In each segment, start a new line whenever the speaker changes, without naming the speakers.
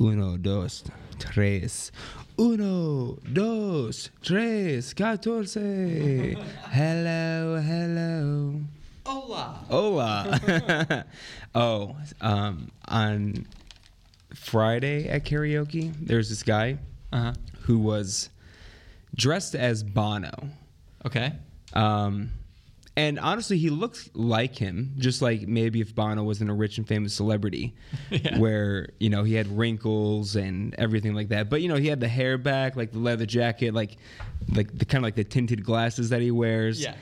Uno, dos, tres. Uno, dos, tres, catorce. Hello, hello.
Hola.
Hola. oh, um, on Friday at karaoke, there's this guy
Uh huh.
who was dressed as Bono.
Okay.
Um, and honestly, he looked like him, just like maybe if Bono wasn't a rich and famous celebrity,
Yeah.
where you know he had wrinkles and everything like that. But you know he had the hair back, like the leather jacket, like like the kind of like the tinted glasses that he wears.
Yeah.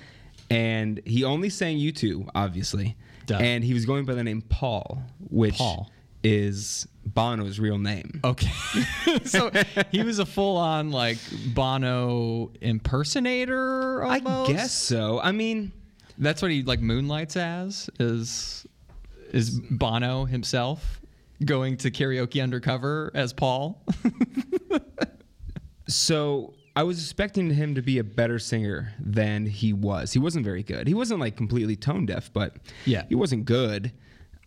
And he only sang "You Two, obviously,
Duh.
and he was going by the name Paul, which
Paul. Oh.
is Bono's real name.
Okay. so he was a full on like Bono impersonator almost?
I guess so. I mean,
That's what he like moonlights as is is Bono himself going to karaoke undercover as Paul.
So I was expecting him to be a better singer than he was. He wasn't very good. He wasn't like completely tone deaf, but
Yeah.
he wasn't good.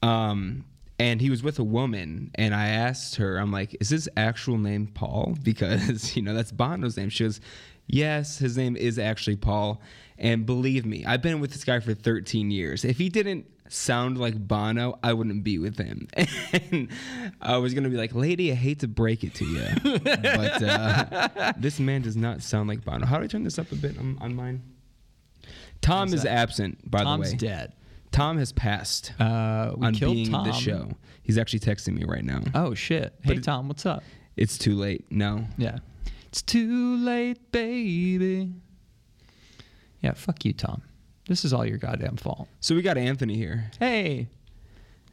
Um, and he was with a woman, and I asked her, I'm like, is his actual name Paul? Because, you know, that's Bono's name. She goes, yes, his name is actually Paul. And believe me, I've been with this guy for 13 years. If he didn't sound like Bono, I wouldn't be with him. And I was going to be like, lady, I hate to break it to you, but uh, this man does not sound like Bono. How do I turn this up a bit on, on mine? Tom
How's
is
that?
absent, by the way.
Tom's dead.
Tom has passed
Uh, we
on
killed
being
Tom.
the show. He's actually texting me right now.
Oh shit! Hey
But it-
Tom, what's up?
It's too late. No.
Yeah. It's too late, baby. Yeah, fuck you, Tom. This is all your goddamn fault.
So we got Anthony here.
Hey,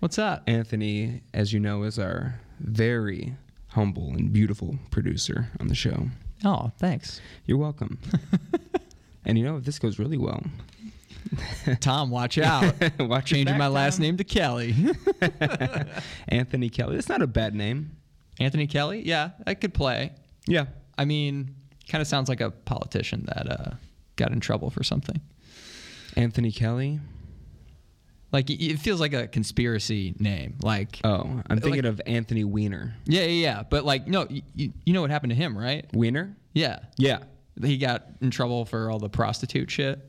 what's up?
Anthony, as you know, is our very humble and beautiful producer on the show.
Oh, thanks.
You're welcome. and you know, if this goes really well,
Tom, watch out.
watch your
Changing
back,
my last
Tom.
name to Kelly.
Anthony Kelly. That's not a bad name.
Anthony Kelly? Yeah, I could play.
Yeah.
I mean, kind of sounds like a politician that uh, got in trouble for something.
Anthony Kelly.
Like, it- it feels like a conspiracy name. Like,
Oh, I'm thinking of Anthony Weiner.
yeah, yeah, yeah. But, like, no, you, you know what happened to him, right?
Weiner?
Yeah.
Yeah.
He got in trouble for all the prostitute shit.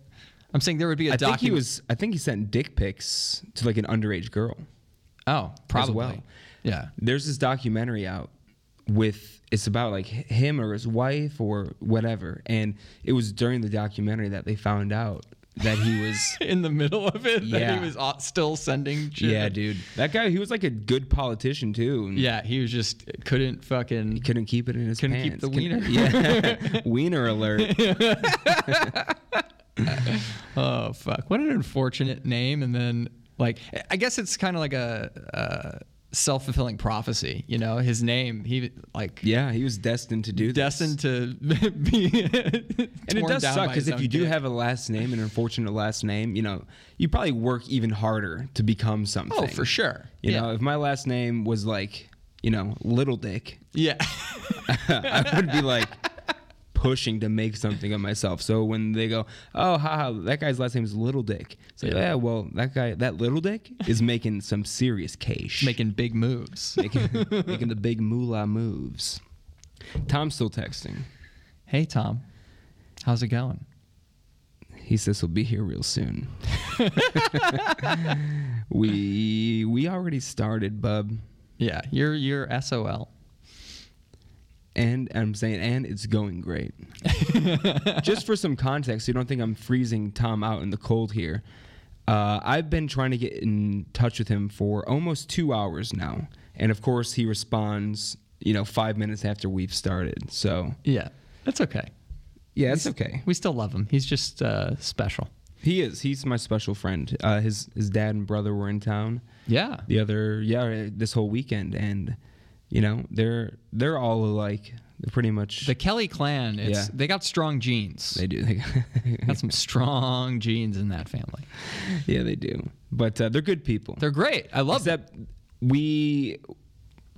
I'm saying there would be a
I think he
document.
was. I think he sent dick pics to like an underage girl.
Oh, probably.
well.
Yeah.
There's this documentary out with it's about like h- him or his wife or whatever, and it was during the documentary that they found out that he was.
In the middle of it, that
Yeah.
he was au- still sending. Shit.
yeah, dude, that guy. He was like a good politician too. and
Yeah, he was just couldn't fucking.
Couldn't keep it in his
Couldn't keep
pants.
the
Couldn't-
wiener.
Yeah, wiener alert.
Oh fuck! What an unfortunate name. And then, like, I guess it's kind of like a uh, self fulfilling prophecy. You know, his name. He like
Yeah, he was destined to do this.
destined to be.
And it does suck because if you do have a last name, an unfortunate last name, you know, you probably work even harder to become something.
Oh, for sure.
You
yeah.
know, if my last name was like, you know, Little Dick,
Yeah.
I would be like pushing to make something of myself. So when they go, oh, haha, that guy's last name is Little Dick. It's like,
Yeah.
yeah, well, that guy, that Little Dick is making some serious cash.
Making big moves.
making, making the big moolah moves. Tom's still texting.
Hey Tom, how's it going?
He says he'll be here real soon. we we already started, bub.
Yeah, you're you're SOL.
And I'm saying, and it's going great. Just for some context, so you don't think I'm freezing Tom out in the cold here. Uh, I've been trying to get in touch with him for almost two hours now, and of course he responds, you know, five minutes after we've started. So
Yeah, that's okay.
yeah, it's okay.
We still love him. He's just uh, special.
He is. He's my special friend. Uh, his his dad and brother were in town.
Yeah.
the other yeah this whole weekend and you know they're they're all alike they're pretty much
The Kelly clan, it's
Yeah.
they got strong genes.
they
They
do
got some strong genes in that family.
yeah they do but uh, they're good people
They're great. I love them.
except we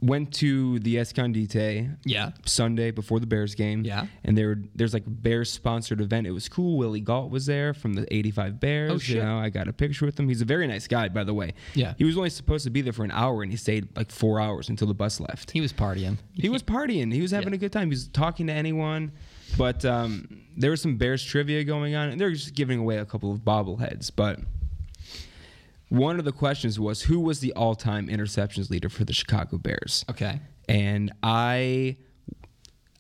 went to the Escondite
Yeah.
Sunday before the Bears game.
Yeah.
And there there's like a Bears sponsored event. It was cool. Willie Galt was there from the 85 Bears.
Oh, shit.
You know, I got a picture with him. He's a very nice guy, by the way.
Yeah.
He was only supposed to be there for an hour and he stayed like four hours until the bus left.
He was partying.
He was partying. He was having
Yeah.
a good time. He was talking to anyone. But um, there was some Bears trivia going on, and they're just giving away a couple of bobbleheads. But one of the questions was who was the all time interceptions leader for the Chicago Bears?
Okay.
and I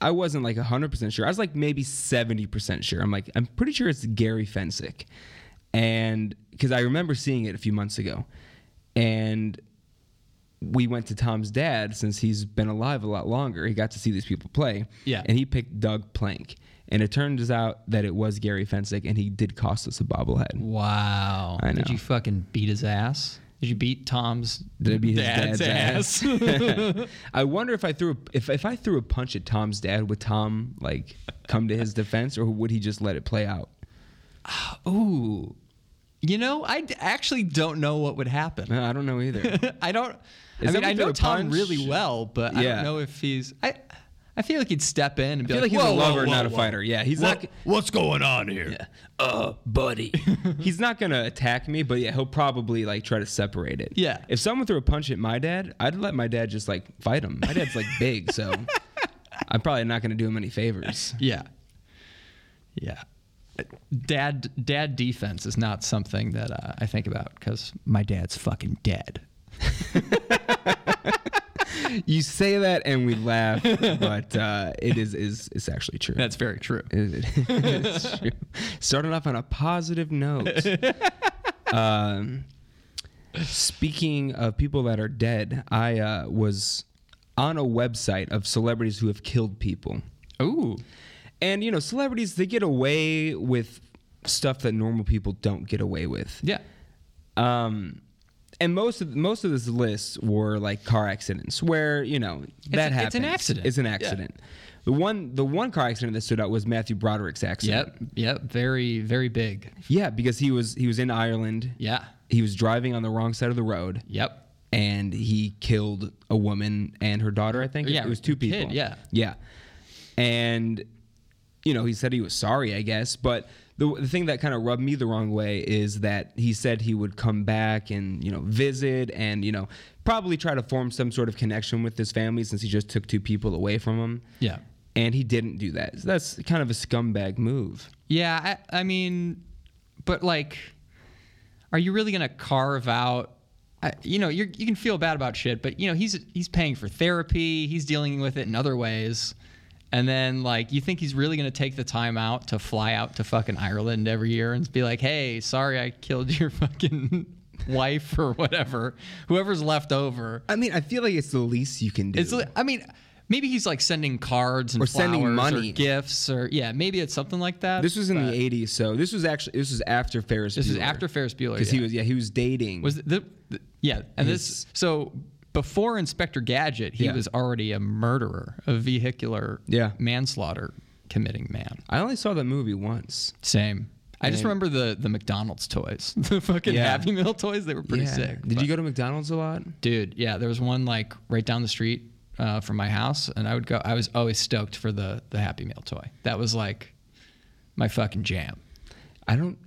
I wasn't like 100% sure. I was like maybe 70% sure. I'm like I'm pretty sure it's Gary Fensick. And cuz I remember seeing it a few months ago. And we went to Tom's dad since he's been alive a lot longer. He got to see these people play.
Yeah.
And he picked Doug Plank. And it turns out that it was Gary Fensick and he did cost us a bobblehead.
Wow.
I
Did
know.
you fucking beat his ass? Did you beat Tom's
Did it beat his
dad's,
dad's
ass?
I wonder if I threw a, if if I threw a punch at Tom's dad, would Tom like come to his defense, or would he just let it play out?
Ooh. You know, I d- actually don't know what would happen.
Uh, I don't know either.
I don't.
Is
I
that
mean,
what
I
threw
know
a
Tom
punch?
really well, but I
Yeah.
don't know if he's. I, I feel like he'd step in and be
I feel like
like,
he's a
whoa, whoa,
lover,
whoa,
not a
whoa.
fighter. Yeah, he's not.
What's going on here?
Uh, buddy. he's not gonna attack me, but yeah, he'll probably like try to separate it.
Yeah.
If someone threw a punch at my dad, I'd let my dad just like fight him. My dad's like big, so I'm probably not gonna do him any favors.
Yeah. Yeah. Dad, dad defense is not something that uh, I think about because my dad's fucking dead.
You say that and we laugh, but uh, it is is it's actually true.
That's very true.
It- it is true. Starting off on a positive note. um, speaking of people that are dead, I uh, was on a website of celebrities who have killed people.
Ooh.
And, you know, celebrities, they get away with stuff that normal people don't get away with.
Yeah.
Um, and most of most of this list were like car accidents where you know that
an-
happens.
it's an accident.
It's an
Yeah.
accident. The one the one car accident that stood out was Matthew Broderick's accident.
Yep. Yep. Very, very big.
Yeah, because he was he was in Ireland.
Yeah.
He was driving on the wrong side of the road
Yep.
and he killed a woman and her daughter, I think.
Yeah,
It was two
kid,
people.
yeah.
Yeah. And you know, he said he was sorry, I guess, but the, the thing that kind of rubbed me the wrong way is that he said he would come back and, you know, visit and, you know, probably try to form some sort of connection with his family since he just took two people away from him.
Yeah.
And he didn't do that. So that's kind of a scumbag move.
Yeah, I, I mean, but like, are you really gonna carve out? I, you know, you're, you can feel bad about shit, but you know, he's he's paying for therapy, he's dealing with it in other ways, and then like, you think he's really gonna take the time out to fly out to fucking Ireland every year and be like, hey, sorry, I killed your fucking wife or whatever, whoever's left over.
I mean, I feel like it's the least you can do.
It's, li- I mean. Maybe he's like sending cards and
Or sending
flowers
money.
or gifts or yeah, maybe it's something like that.
This was in
but-
the '80s, so this was actually this was after Ferris.
This was after Ferris Bueller.
because
yeah.
he was yeah he was dating.
Was it the, the yeah, and this so before Inspector Gadget, he
Yeah.
was already a murderer, a vehicular
Yeah.
manslaughter committing man.
I only saw that movie once.
Same. I just
Yeah.
remember the the McDonald's toys, the fucking
Yeah.
Happy Meal toys. They were pretty sick.
Did
but-
you go to McDonald's a lot?
dude? Yeah, there was one like right down the street uh, from my house, and I would go. I was always stoked for the the Happy Meal toy. That was like my fucking jam.
I don't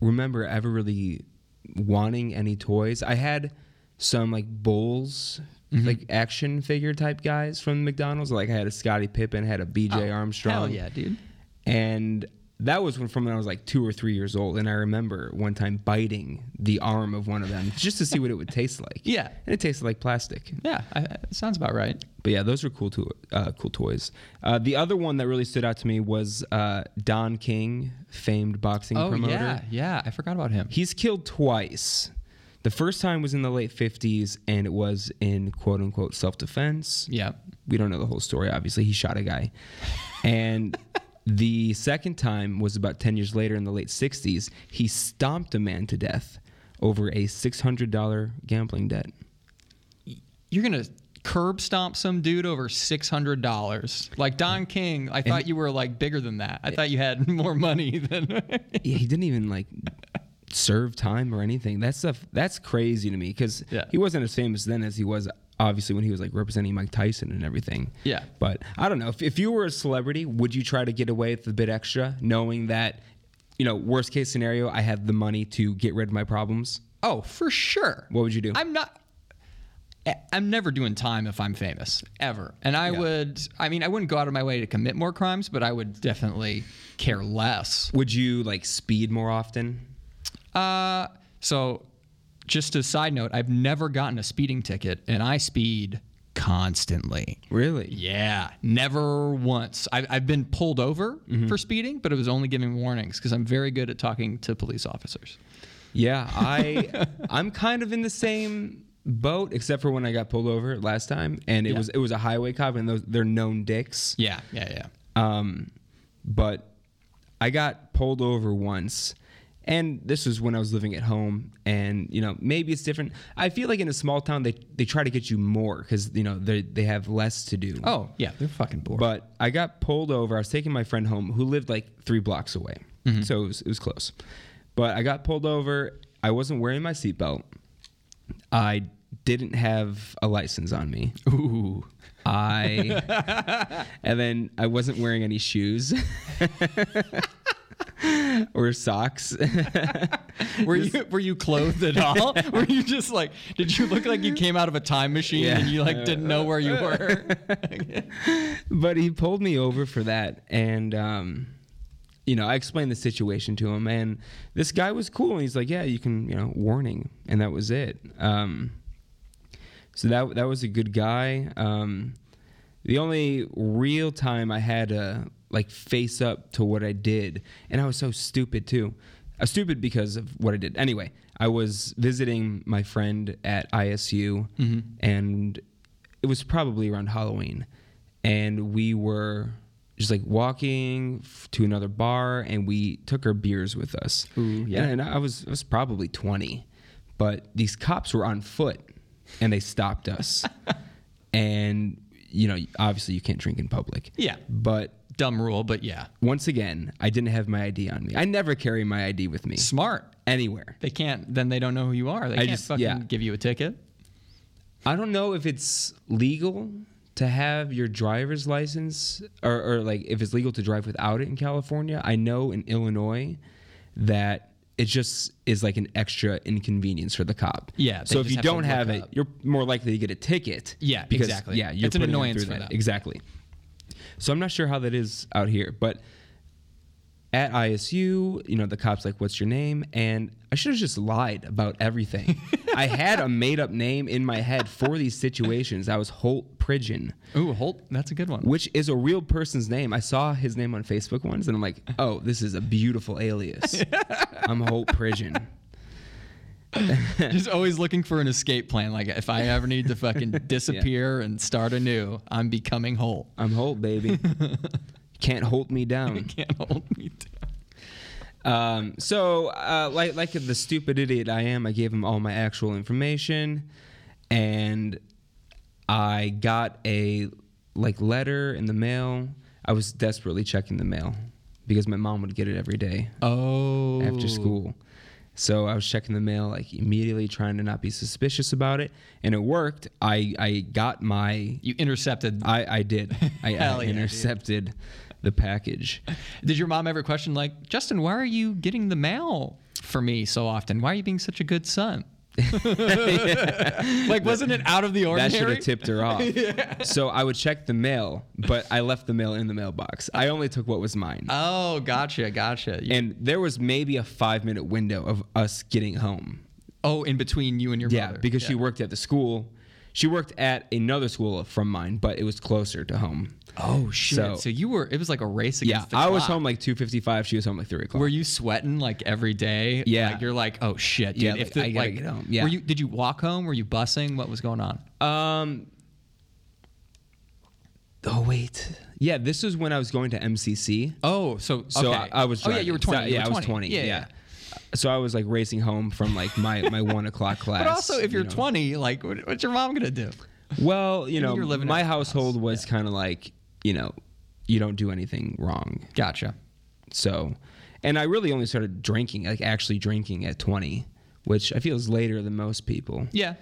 remember ever really wanting any toys. I had some like bowls,
Mm-hmm.
like action figure type guys from McDonald's. Like I had a Scottie Pippen, had a BJ Armstrong.
Oh, Hell yeah, dude.
And that was when, from when I was like two or three years old. And I remember one time biting the arm of one of them just to see what it would taste like.
Yeah.
And it tasted like plastic.
Yeah, I, I- sounds about right.
But yeah, those are cool, to- uh, cool toys. Uh, the other one that really stood out to me was uh, Don King, famed boxing
Oh
promoter.
yeah, yeah. I forgot about him.
He's killed twice. The first time was in the late 50s, and it was in quote unquote self defense.
Yeah.
We don't know the whole story, obviously. He shot a guy. And the second time was about 10 years later in the late 60s. He stomped a man to death over a $600 gambling debt.
you're gonna curb stomp some dude over six hundred dollars. Like Don King, I thought you were like bigger than that. I thought you had more money than.
Yeah, he didn't even like serve time or anything. That stuff that's crazy to me because
Yeah.
he wasn't as famous then as he was obviously when he was like representing Mike Tyson and everything.
Yeah.
But I don't know. If, if you were a celebrity, would you try to get away with a bit extra, knowing that, you know, worst case scenario, I have the money to get rid of my problems?
Oh, for sure.
What would you do?
I'm not. I- I'm never doing time if I'm famous ever, and I
Yeah.
would. I mean, I wouldn't go out of my way to commit more crimes, but I would definitely care less.
Would you like speed more often?
Uh, so, just a side note, I've never gotten a speeding ticket, and I speed constantly.
Really?
Yeah, never once. I've, I've been pulled over for speeding, but it was only giving warnings because I'm very good at talking to police officers.
Yeah, I I'm kind of in the same boat except for when I got pulled over last time and it was it was a highway cop and those they're known dicks.
Yeah, yeah, yeah.
Um, but I got pulled over once, and this was when I was living at home. And you know, maybe it's different. I feel like in a small town, they they try to get you more because you know they they have less to do.
Oh, yeah, they're fucking bored.
But I got pulled over. I was taking my friend home who lived like three blocks away. So it was, it was close. But I got pulled over. I wasn't wearing my seatbelt. I didn't have a license on me. Ooh. I. and then I wasn't wearing any shoes or socks.
Were you were you clothed at all? were you just like did you look like you came out of a time machine
Yeah.
and you like didn't know where you were?
but he pulled me over for that and um you know i explained the situation to him and this guy was cool and he's like yeah you can you know warning and that was it um so that that was a good guy um the only real time i had to like face up to what i did and i was so stupid too uh, stupid because of what i did anyway i was visiting my friend at isu
Mm-hmm.
and it was probably around Halloween, and we were just like walking f- to another bar, and we took our beers with us.
Ooh, yeah.
And, and I was I was probably twenty, but these cops were on foot, and they stopped us. and you know, obviously, you can't drink in public.
Yeah.
But
Dumb rule, but yeah.
once again, I didn't have my ID on me. I never carry my ID with me
Smart.
anywhere.
They can't then they don't know who you are. They can't
just-
fucking
yeah.
give you a ticket.
I don't know if it's legal to have your driver's license or, or like if it's legal to drive without it in California. I know in Illinois that it just is like an extra inconvenience for the cop.
Yeah, they
So if
just
you
have to
don't
look
have it,
up.
you're more likely to get a ticket.
Yeah, exactly.
Yeah, you're
It's an
putting them
annoyance
through
for
that.
them.
Exactly. So I'm not sure how that is out here, but at ISU, you know, the cops like, "What's your name?" And I should have just lied about everything. I had a made-up name in my head for these situations. I was Holt Pridgeon,
Ooh, Holt, that's a good one.
which is a real person's name. I saw his name on Facebook once, and I'm like, "Oh, this is a beautiful alias." I'm Holt Pridgeon.
Just always looking for an escape plan. Like if I ever need to fucking disappear and start anew, I'm becoming Holt.
I'm Holt, baby. Can't hold me down.
Can't hold me down.
Um, so, uh, like, like the stupid idiot I am, I gave him all my actual information, and I got a like letter in the mail. I was desperately checking the mail because my mom would get it every day
Oh
after school. So I was checking the mail like immediately, trying to not be suspicious about it, and it worked. I I got my
You intercepted
I I did I,
Hell
I
yeah, dude.
intercepted the package.
Did your mom ever question like, Justin, why are you getting the mail for me so often? Why are you being such a good son? like, wasn't it out of the ordinary?
That should have tipped her off. So I would check the mail, but I left the mail in the mailbox. I only took what was mine.
Oh, gotcha, gotcha. You-
and there was maybe a five minute window of us getting home.
oh, in between you and your
Yeah,
mother.
because she worked at the school. She worked at another school from mine, but it was closer to home.
Oh shit! So,
So-
you were. It was like a race
Yeah,
against. the
I was
clock.
home like two fifty five. She was home like three o'clock.
Were you sweating like every day?
Yeah.
Like, you're like, oh shit, dude.
Yeah,
if
like,
the,
I gotta
like,
get home. Yeah.
Were you? Did you walk home? Were you bussing? What was going on?
Um. Oh wait, yeah. This is when I was going to MCC.
Oh, so
So
okay.
I, I was.
Oh
Driving.
yeah, you were
So-
twenty. you
yeah,
were
I was twenty. Yeah,
yeah.
So I was like racing home from like my my one o'clock class.
But also, if
you
you're
know.
20, like, what, what's your mom gonna do?
well, you know,
you're living
my
at your
household
house,
was kind of like you know, you don't do anything wrong.
Gotcha.
So, and I really only started drinking, like actually drinking at twenty, which I feel is later than most people.
Yeah.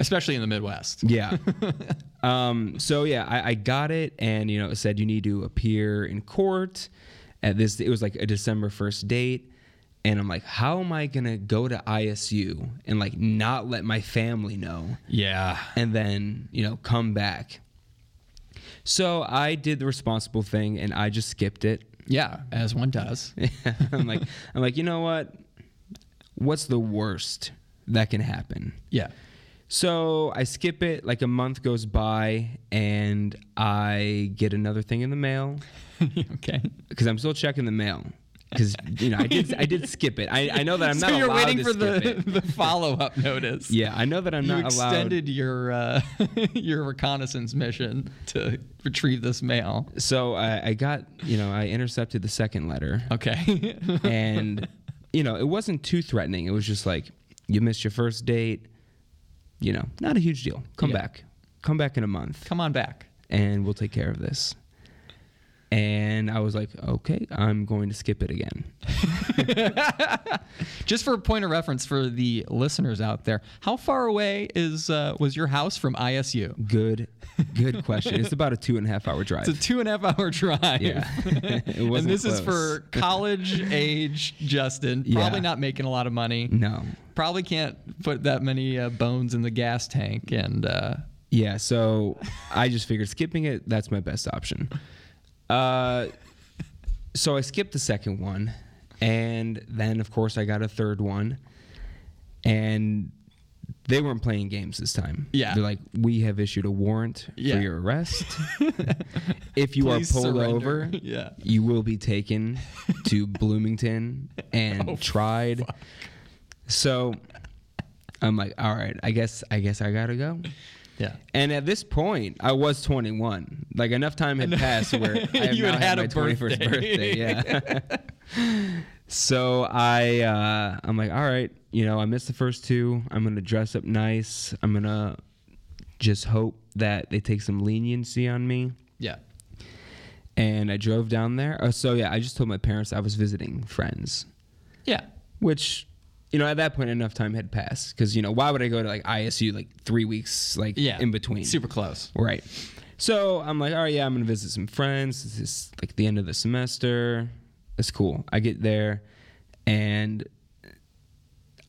especially in the Midwest.
Yeah. um, so yeah, I, I got it, and you know, it said you need to appear in court at this. It was like a December first date, and I'm like, how am I gonna go to ISU and like not let my family know,
Yeah.
and then you know come back? So I did the responsible thing, and I just skipped it.
Yeah, as one does.
I'm like, I'm like, you know what? What's the worst that can happen?
Yeah.
So I skip it. Like a month goes by, and I get another thing in the mail
okay.
because I'm still checking the mail because you know I did I did skip it. I, I know that I'm
so
not
you're
allowed to
waiting for
skip
the,
it.
the follow up notice.
Yeah, I know that I'm
you
not allowed.
extended your uh, your reconnaissance mission to retrieve this mail.
So I, I got you know I intercepted the second letter,
Okay.
and you know it wasn't too threatening. It was just like you missed your first date. You know, not a huge deal. Come
Yeah.
back, come back in a month.
Come on back.
and we'll take care of this. And I was like, okay, I'm going to skip it again.
Just for a point of reference for the listeners out there, how far away is uh, was your house from ISU?
Good, good question. it's about a two and a half hour drive.
It's a two and a half hour drive.
Yeah. It
and
wasn't
this is
close.
for college age Justin.
Yeah. Mm-hmm.
Probably not making a lot of money.
no.
Probably can't put that many uh, bones in the gas tank. And uh,
Yeah, so I just figured skipping it, that's my best option. Uh, so I skipped the second one. And then, of course, I got a third one. And they weren't playing games this time.
Yeah.
They're like, we have issued a warrant
Yeah.
for your arrest. if you
Please
are pulled
surrender.
over,
Yeah.
you will be taken to Bloomington and tried. So I'm like, all right, I guess I guess I gotta go.
yeah.
And at this point, I was 21. Like enough time had passed where I have
You
now had,
had had a
my 21st
birthday.
birthday. Yeah. so I uh, I'm like, all right, you know, I missed the first two. I'm gonna dress up nice. I'm gonna just hope that they take some leniency on me.
Yeah.
And I drove down there. Uh, so yeah, I just told my parents I was visiting friends,
Yeah.
which. You know, at that point, enough time had passed because you know why would I go to like ISU like three weeks like
Yeah.
in between?
Super close.
Right. So I'm like, all right, yeah, I'm gonna visit some friends. This is like the end of the semester. It's cool. I get there, and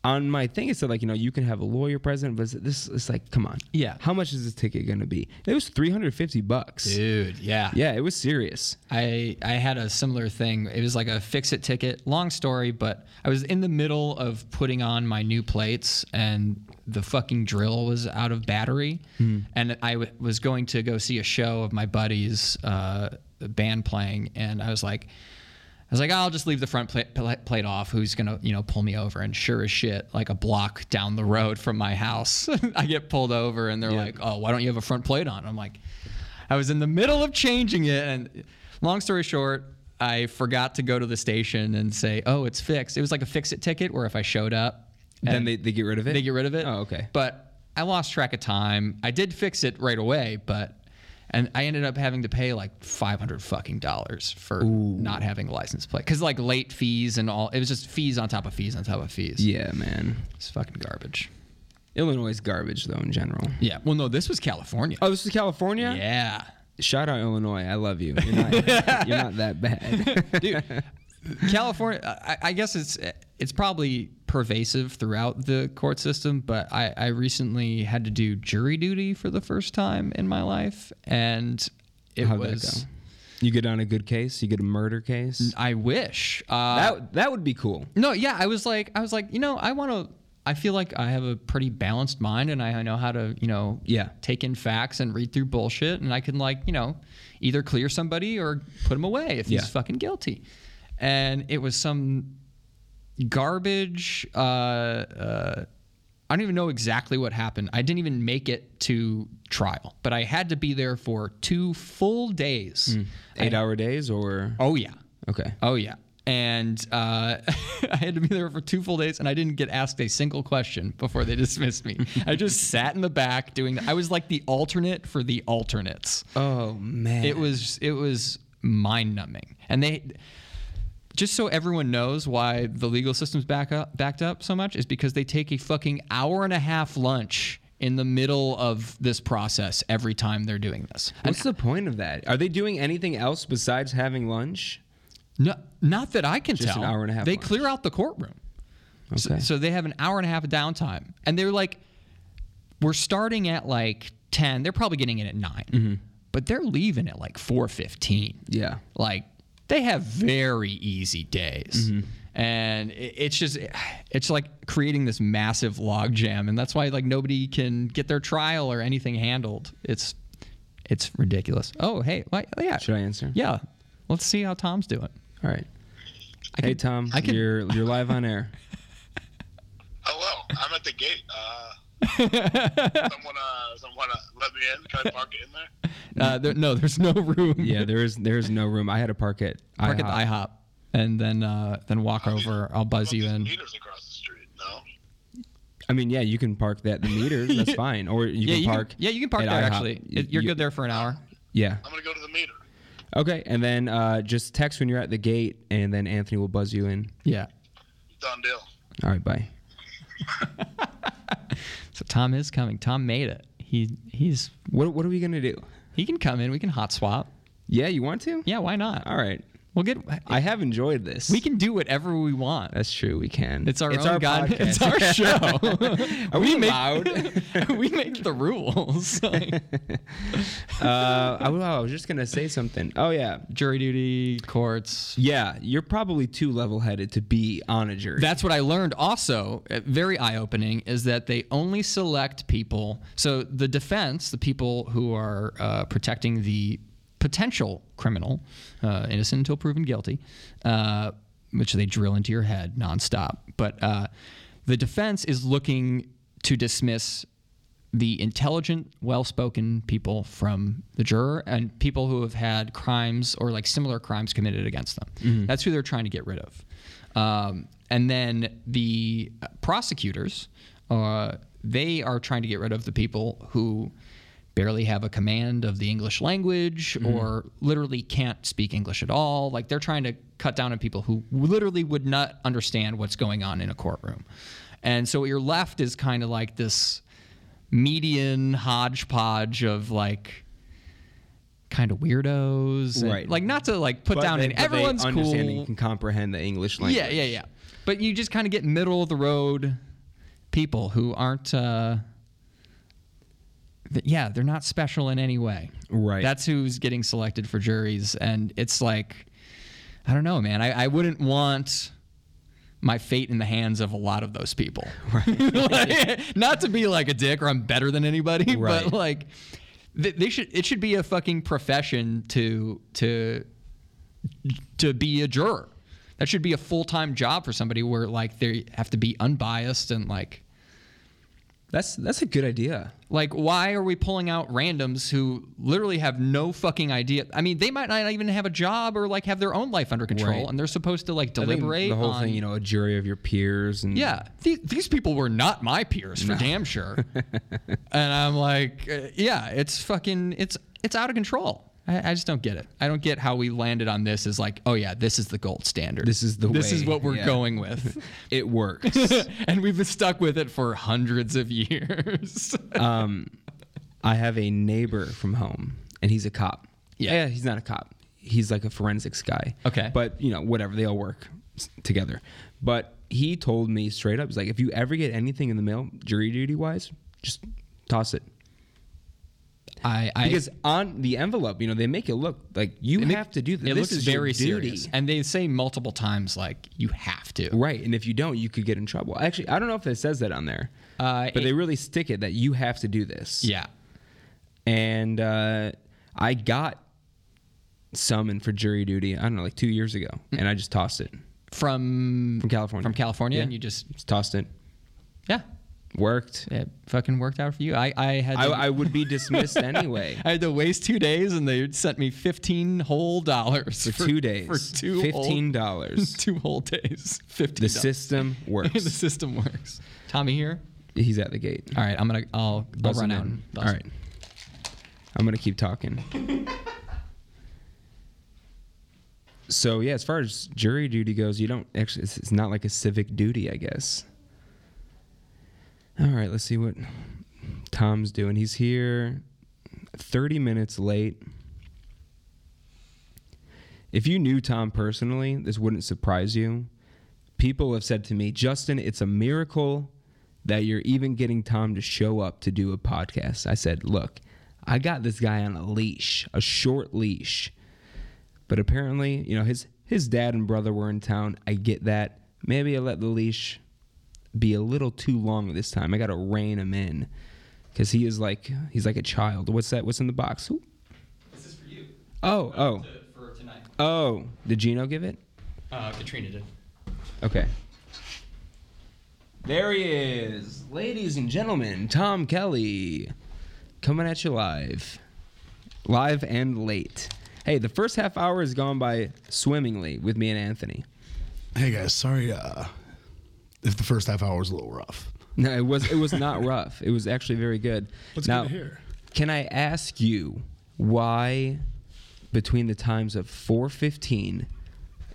on my thing it said like, you know, you can have a lawyer present. But this it's like, come on,
Yeah.
How much is this ticket gonna be? It was 350 bucks.
Dude, yeah.
Yeah, it was serious.
I I had a similar thing. It was like a fix it ticket. Long story, but I was in the middle of putting on my new plates and the fucking drill was out of battery and I w- was going to go see a show of my buddy's uh, band playing and I was like I was like, I'll just leave the front plate, pla- plate off. Who's gonna, you know, pull me over? And sure as shit, like a block down the road from my house, I get pulled over, and they're like, "Oh, why don't you have a front plate on?" I'm like, I was in the middle of changing it, and long story short, I forgot to go to the station and say, "Oh, it's fixed." It was like a fix-it ticket, where if I showed up,
Then
and
they, they get rid of it.
they get rid of it.
Oh, okay.
But I lost track of time. I did fix it right away, but and I ended up having to pay like five hundred fucking dollars for not having a license plate because like late fees and all. It was just fees on top of fees on top of fees.
yeah, man.
It's fucking garbage.
Illinois is garbage though in general.
Yeah. Well, no, this was California.
Oh, this is California.
yeah.
Shout out Illinois. I love you. You're not, you're not that bad.
dude. California, I, I guess it's it's probably pervasive throughout the court system, but I, I recently had to do jury duty for the first time in my life, and it
How'd
was.
that go? You get on a good case. You get a murder case.
I wish. Uh,
that that would be cool.
no, yeah, I was like, I was like, you know, I want to. I feel like I have a pretty balanced mind, and I know how to, you know,
Yeah.
take in facts and read through bullshit, and I can like, you know, either clear somebody or put him away if
Yeah.
he's fucking guilty. And it was some garbage. Uh, uh, I don't even know exactly what happened. I didn't even make it to trial, but I had to be there for two full days.
Eight hour days or
Oh yeah.
okay.
Oh yeah. And uh, I had to be there for two full days, and I didn't get asked a single question before they dismissed me. I just sat in the back doing. I was like the alternate for the alternates.
Oh man,
It was it was mind numbing, and they just so everyone knows why the legal system's back up, backed up so much is because they take a fucking hour and a half lunch in the middle of this process every time they're doing this.
What's the point of that? Are they doing anything else besides having lunch?
No, not that I can
Just
tell.
an hour and a half
They
lunch.
clear out the courtroom, So-
Okay.
so, they have an hour and a half of downtime, and they're like, "We're starting at like ten. They're probably getting in at 9
Mm-hmm.
but they're leaving at like four fifteen.
Yeah.
Like they have very easy days."
Mm-hmm.
And it- it's just, it's like creating this massive logjam, and that's why like nobody can get their trial or anything handled. It's, it's ridiculous. Oh hey, why, yeah,
Should I answer?
yeah. Let's see how Tom's doing.
All right.
I
hey
can-
Tom,
I can-
you're you're live on air.
Hello, Oh, I'm at the gate. Uh, someone, uh, someone uh, let me in. Can I park it in there?
Uh, there, no, there's no room.
Yeah, there is there is no room. I had to park it.
park at the IHOP, and then uh, then walk over. I'll buzz
Oh,
you in.
Meters across the street. No.
I mean, yeah, you can park that the meter. That's fine. Or you
Yeah,
can
you
park.
Can, yeah, you can park
at
there.
IHOP.
Actually, It- you're
You-
good there for an hour.
Yeah.
I'm gonna go to the meter.
Okay, and then uh, just text when you're at the gate, and then Anthony will buzz you in.
Yeah.
Done deal.
All right, bye.
So Tom is coming. Tom made it. He he's
What what are we gonna do?
he can come in. We can hot swap.
Yeah, you want to?
Yeah, why not?
All right.
We'll get.
I have enjoyed this.
We can do whatever we want.
That's true. We can.
It's our own god.
podcast.
It's our show.
Are we allowed?
we make the rules.
uh, I, well, I was just gonna say something. Oh yeah,
Jury duty, courts.
yeah. You're probably too level-headed to be on a jury.
That's what I learned also, uh, very eye opening, is that they only select people. So the defense, the people who are uh, protecting the potential criminal, uh, innocent until proven guilty, uh, which they drill into your head nonstop. But uh, the defense is looking to dismiss the intelligent, well-spoken people from the juror and people who have had crimes or like similar crimes committed against them. That's who they're trying to get rid of. Um, and then the uh, prosecutors, uh, they are trying to get rid of the people who barely have a command of the English language or literally can't speak English at all. Like they're trying to cut down on people who literally would not understand what's going on in a courtroom. And so what you're left is kind of like this median hodgepodge of like kind of weirdos and-
Right.
like not to like put
But
down
they-
in
but they
everyone's
understand and
cool
can comprehend the English language.
yeah, yeah, yeah. But you just kind of get middle of the road people who aren't. Uh, th- yeah, they're not special in any way.
Right.
That's who's getting selected for juries, and it's like, I don't know, man. I, I wouldn't want my fate in the hands of a lot of those people. Like, not to be like a dick or I'm better than anybody,
Right.
but like th- they should it should be a fucking profession to to to be a juror. That should be a full-time job for somebody where like they have to be unbiased and like
That's that's a good idea.
like why are we pulling out randoms who literally have no fucking idea? I mean, they might not even have a job or like have their own life under control
Right.
and they're supposed to like
I think
deliberate
the whole
on
thing, you know, a jury of your peers and
yeah, these, these people were not my peers for damn sure. and I'm like, uh, yeah, it's fucking, it's it's out of control. I, I just don't get it. I don't get how we landed on this. Is like, oh yeah, this is the gold standard.
This is the
this is
way,
what we're
yeah.
going with,
it works.
and we've been stuck with it for hundreds of years.
Uh, I have a neighbor from home, and he's a cop.
Yeah.
he's not a cop. He's like a forensics guy.
Okay.
But, you know, whatever. They all work s- together. But he told me straight up, he's like, if you ever get anything in the mail, jury duty wise, just toss it.
I, I
Because on the envelope, you know, they make it look like you
it-
have to do this.
It
this
looks
is your
very
duty.
serious, and they say multiple times like you have to.
Right. And if you don't, you could get in trouble. Actually, I don't know if it says that on there,
Uh,
but
it-
they really stick it that you have to do this.
Yeah.
and uh, I got summoned for jury duty. I don't know, like two years ago, and I just tossed it
Hmm. From
from California.
from California,
Yeah.
and you just
Just tossed it.
yeah.
Worked.
it fucking worked out for you. I, I had
I,
to,
I would be dismissed anyway.
I had to waste two days, and they sent me fifteen whole dollars
For, two days,
for two
fifteen
whole,
dollars.
two whole days. Fifteen.
the
dollars.
system
the
works.
system works. Tommy here.
He's at the gate.
All right, I'm gonna. I'll, I'll
Buzz
run
him
out.
in.
and buzz
All
him.
right, I'm gonna keep talking. So yeah, as far as jury duty goes, you don't actually. It's, it's not like a civic duty, I guess. All right, let's see what Tom's doing. He's here 30 minutes late. If you knew Tom personally, this wouldn't surprise you. People have said to me, Justin, it's a miracle that you're even getting Tom to show up to do a podcast. I said, Look, I got this guy on a leash, a short leash. But apparently, you know, his his dad and brother were in town. I get that. Maybe I let the leash be a little too long this time. I got to rein him in because he is like he's like a child. What's that? What's in the box? Ooh.
This is for you.
Oh, oh,
for tonight.
oh! Did Gino give it?
Uh, Katrina did.
Okay. There he is, ladies and gentlemen. Tom Kelly, coming at you live, live and late. Hey, the first half hour has gone by swimmingly with me and Anthony.
Hey guys, sorry uh, if the first half hour was a little rough.
No, it was it was not rough. It was actually very good.
That's
now,
good to hear.
Can I ask you why between the times of 4:15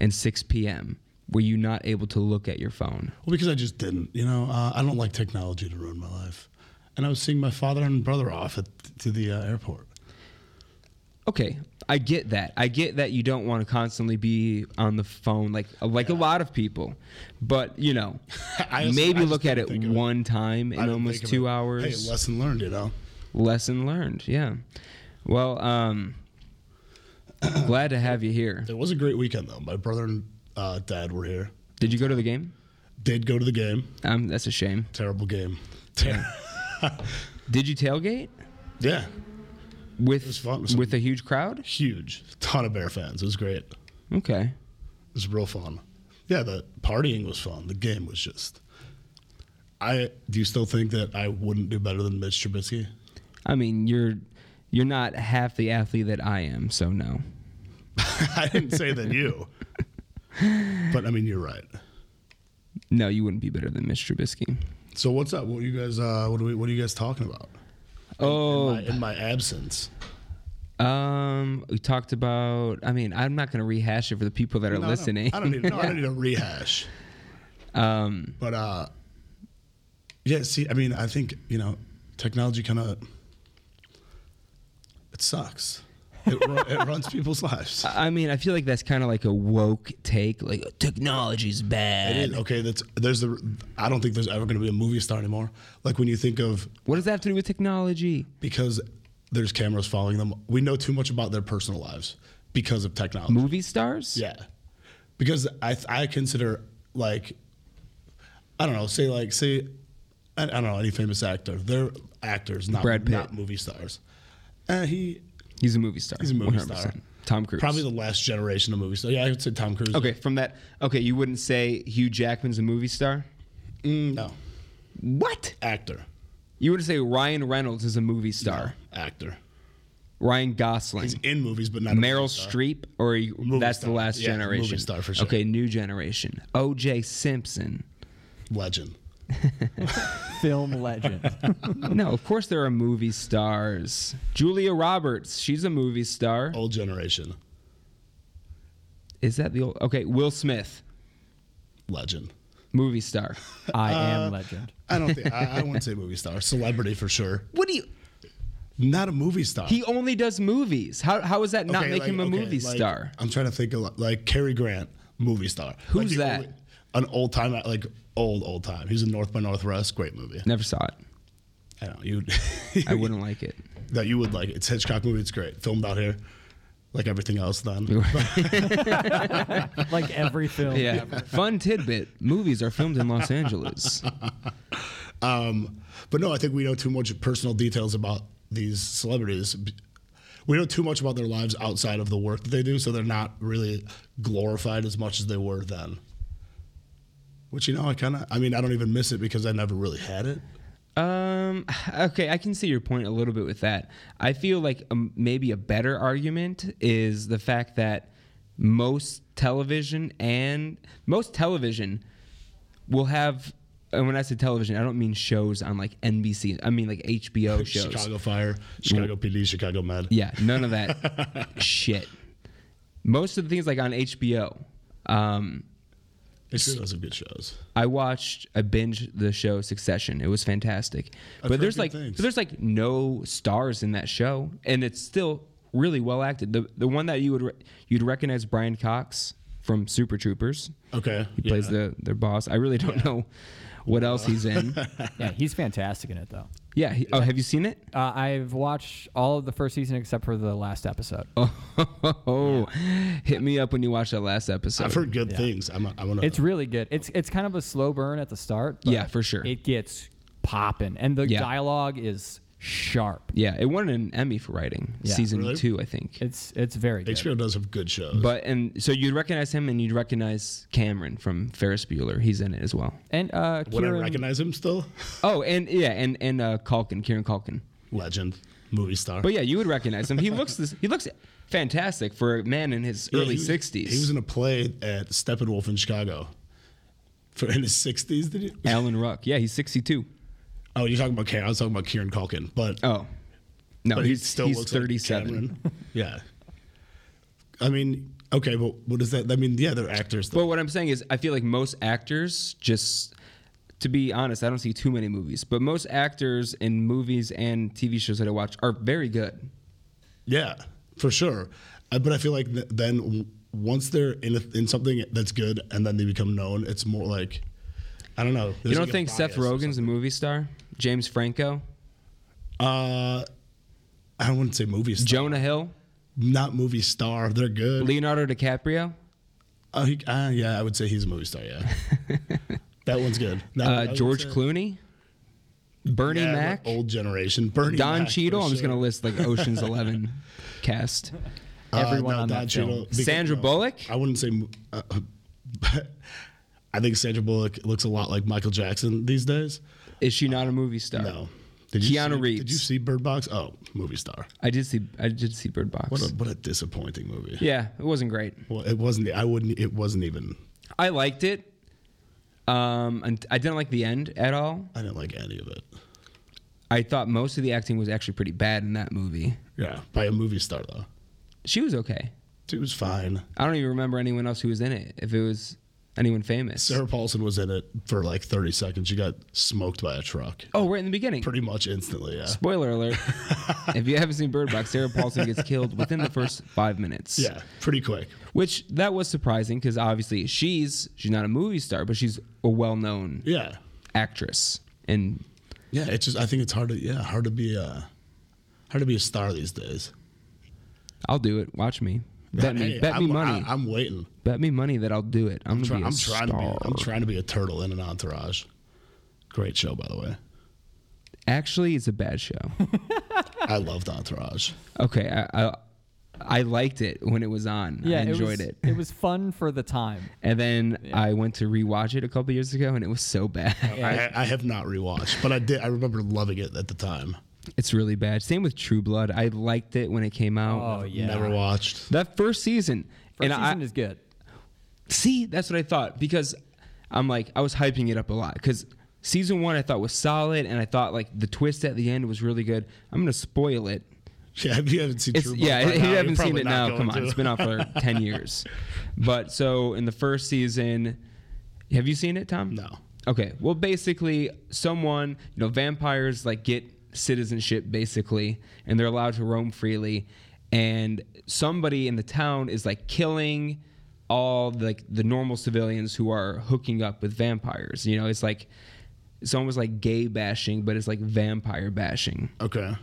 and 6 p.m. were you not able to look at your phone?
Well, because I just didn't. You know, uh, I don't like technology to ruin my life. And I was seeing my father and brother off at, to the uh, airport.
Okay, I get that. I get that you don't want to constantly be on the phone like uh, like a lot of people. But, you know,
I just- I
maybe
just
look at
didn't
it
think of it.
one time
I
in
didn't
almost
think of
2
it.
hours.
Hey, lesson learned, you know.
Lesson learned. Yeah. Well, um glad to have you here.
It was a great weekend though. My brother and uh, dad were here.
Did you go to the game?
Did go to the game.
Um, that's a shame.
Terrible game. Ter-
Did you tailgate
yeah,
with
was fun. It was
with a huge crowd?
huge. Ton of Bear fans. It was great. It
Okay.
was real fun. Yeah, the partying was fun. The game was just. I do you still think that I wouldn't do better than Mitch Trubisky?
I mean, you're you're not half the athlete that I am, so no.
I didn't say that you. But I mean, you're right.
No, you wouldn't be better than Mitch Trubisky.
So what's up? What are you guys? Uh, what are we? What are you guys talking about?
Oh,
My- in my absence.
um, we talked about. I mean, I'm not going to rehash it for the people that are
No, I don't-
listening.
I don't, need. No, I don't need a rehash.
um,
But uh, yeah. See, I mean, I think you know, technology kind of it sucks. It, ru- it runs people's lives.
I mean, I feel like that's kind of like a woke take. Like technology's
It
bad.
is okay. That's there's the. I don't think there's ever going to be a movie star anymore. Like when you think of
What does that have to do with technology?
because there's cameras following them. We know too much about their personal lives because of technology.
Movie stars?
Yeah, because I I consider like I don't know, say like say I, I don't know any famous actor. They're actors, not
Brad Pitt.
not movie stars. Uh, he
He's a movie star.
he's a movie star.
Tom Cruise.
Probably the last generation of movie stars. Yeah, I would say Tom Cruise.
Okay, from that. Okay, you wouldn't say Hugh Jackman's a movie star?
Mm, no,
What?
actor,
You would say Ryan Reynolds is a movie star.
actor.
Ryan Gosling,
He's in movies, but not a
Meryl
movie star.
Streep, or you-
Movie
that's
star.
the last
Yeah, movie
generation.
star for sure.
Okay, new generation. O.J. Simpson.
legend.
Film legend.
no, of course there are movie stars. Julia Roberts, she's a movie star.
Old generation,
Is that the old? Okay, Will Smith,
legend.
movie star.
I am legend.
I don't think I, I wouldn't say movie star, celebrity for sure.
What do you?
Not a movie star.
He only does movies. How how is that not
Okay,
make
like-
him a
okay,
movie
like,
star?
I'm trying to think of like Cary Grant, movie star.
Who's
Like, the
that?
only- an old time, like old old time. He's in North by Northwest, great movie.
Never saw it.
I don't know you.
I wouldn't like it.
That you would like. it. It's a Hitchcock movie. It's great. Filmed out here, like everything else. Then
Like every film.
Yeah. Fun tidbit: movies are filmed in Los Angeles.
Um, but no, I think we know too much personal details about these celebrities. We know too much about their lives outside of the work that they do, so they're not really glorified as much as they were then. Which you know, I kind of, I mean, I don't even miss it because I never really had it.
Um. Okay, I can see your point a little bit with that. I feel like um, maybe a better argument is the fact that most television and most television will have. And when I say television, I don't mean shows on like NBC. I mean like HBO shows.
Chicago Fire, Chicago PD, Chicago Med.
Yeah, none of that shit. Most of the things like on HBO, um,
It sure does have good shows.
I watched I binged the show Succession. It was fantastic. but
heard
there's
good
like
things.
but there's like no stars in that show, and it's still really well acted. The the one that you would re- you'd recognize Brian Cox from Super Troopers.
Okay.
He plays the their boss. I really don't know what else he's in.
Yeah, he's fantastic in it though.
yeah. He, oh, have you seen it?
Uh, I've watched all of the first season except for the last episode.
Oh, hit me up when you watch that last episode.
I've heard good things. I'm. A, I'm gonna.
It's really good. It's it's kind of a slow burn at the start. but
Yeah, for sure.
It gets popping, and the
Yeah.
dialogue is sharp.
yeah, it won an Emmy for writing
Yeah.
season
Really?
two, I think.
It's it's very good.
HBO does have good shows.
but and so you'd recognize him, and you'd recognize Cameron from Ferris Bueller. He's in it as well.
And uh,
would I
Kieran-
recognize him still?
Oh, and yeah, and and uh, Calkin, Kieran Calkin.
Legend, movie star.
But yeah, you would recognize him. He looks this. He looks fantastic for a man in his
Yeah,
early
he was-
sixties.
He was in a play at Steppenwolf in Chicago. For in his sixties, did he?
Alan Ruck. Yeah, he's sixty-two.
Oh, you're talking about Karen. I was talking about Kieran Culkin, but
Oh, no,
but
he's
he still
he's
looks
thirty-seven.
Like Cameron. yeah. I mean, okay, but what does that? I mean, yeah, they're actors. Though.
But what I'm saying is, I feel like most actors just. To be honest, I don't see too many movies, but most actors in movies and TV shows that I watch are very good.
Yeah, for sure. Uh, But I feel like th- then w- once they're in a, in something that's good and then they become known, it's more like I don't know.
you don't think Seth Rogen's a movie star? James Franco,
Uh, I wouldn't say movie star.
Jonah Hill,
not movie star. They're good.
Leonardo DiCaprio,
Oh, he, uh, yeah, I would say he's a movie star. Yeah, that one's good. That one- I
uh,
would
George
say-
Clooney, Bernie
Yeah,
Mac,
old generation. Bernie
Don
Mac, for
Cheadle. I'm just
sure.
gonna list like Ocean's Eleven cast.
Uh,
everyone on
Don
that film.
because,
Sandra Bullock?
I wouldn't say. mo- Uh, I think Sandra Bullock looks a lot like Michael Jackson these days.
Is she not a movie star?
No. Did you
Keanu
see,
Reeves.
Did you see Bird Box? Oh, movie star.
I did see. I did see Bird Box.
What a what a disappointing movie.
yeah, it wasn't great.
Well, it wasn't. I wouldn't. It wasn't even.
I liked it. Um, and I didn't like the end at all.
I didn't like any of it.
I thought most of the acting was actually pretty bad in that movie.
Yeah, by a movie star though.
She was okay.
She was fine.
I don't even remember anyone else who was in it. If it was anyone famous.
Sarah Paulson was in it for like 30 seconds. She got smoked by a truck
Oh, right in the beginning.
pretty much instantly. Yeah.
Spoiler alert. if you haven't seen Bird Box, Sarah Paulson gets killed within the first five minutes.
Yeah, pretty quick.
Which that was surprising because obviously she's she's not a movie star, but she's a well known
Yeah.
actress. And
Yeah, it's just I think it's hard to yeah, hard to be a hard to be a star these days.
I'll do it. Watch me. Bet me.
Hey,
bet
I'm,
me money.
I, am waiting.
bet me money that I'll do it. I'm,
Try-
gonna be a
I'm trying to be
star.
I'm trying to be a turtle in an entourage. Great show by the way.
Actually, it's a bad show.
I loved Entourage.
okay, I, I I liked it when it was on.
Yeah,
I enjoyed
it.
it.
Was, it was fun for the time.
And then I went to rewatch it a couple years ago, and it was so bad.
Oh. I, I have not rewatched, but I did I remember loving it at the time.
It's really bad. Same with True Blood. I liked it when it came out.
Oh yeah,
Never watched.
That first season.
First
and
season
I
is good.
see, that's what I thought because I'm like I was hyping it up a lot because season one I thought was solid, and I thought like the twist at the end was really good. I'm gonna spoil it.
Yeah, if you haven't seen
It's,
True Blood
yeah,
by
if you
now,
haven't seen
you're probably
it
not
now. Come
going
on,
to.
it's been out for ten years. But so in the first season, have you seen it, Tom?
No.
Okay. Well, basically, someone you know, vampires like get citizenship basically, and they're allowed to roam freely. And somebody in the town is like killing all the, like the normal civilians who are hooking up with vampires. You know, it's like it's almost like gay bashing, but it's like vampire bashing.
Okay.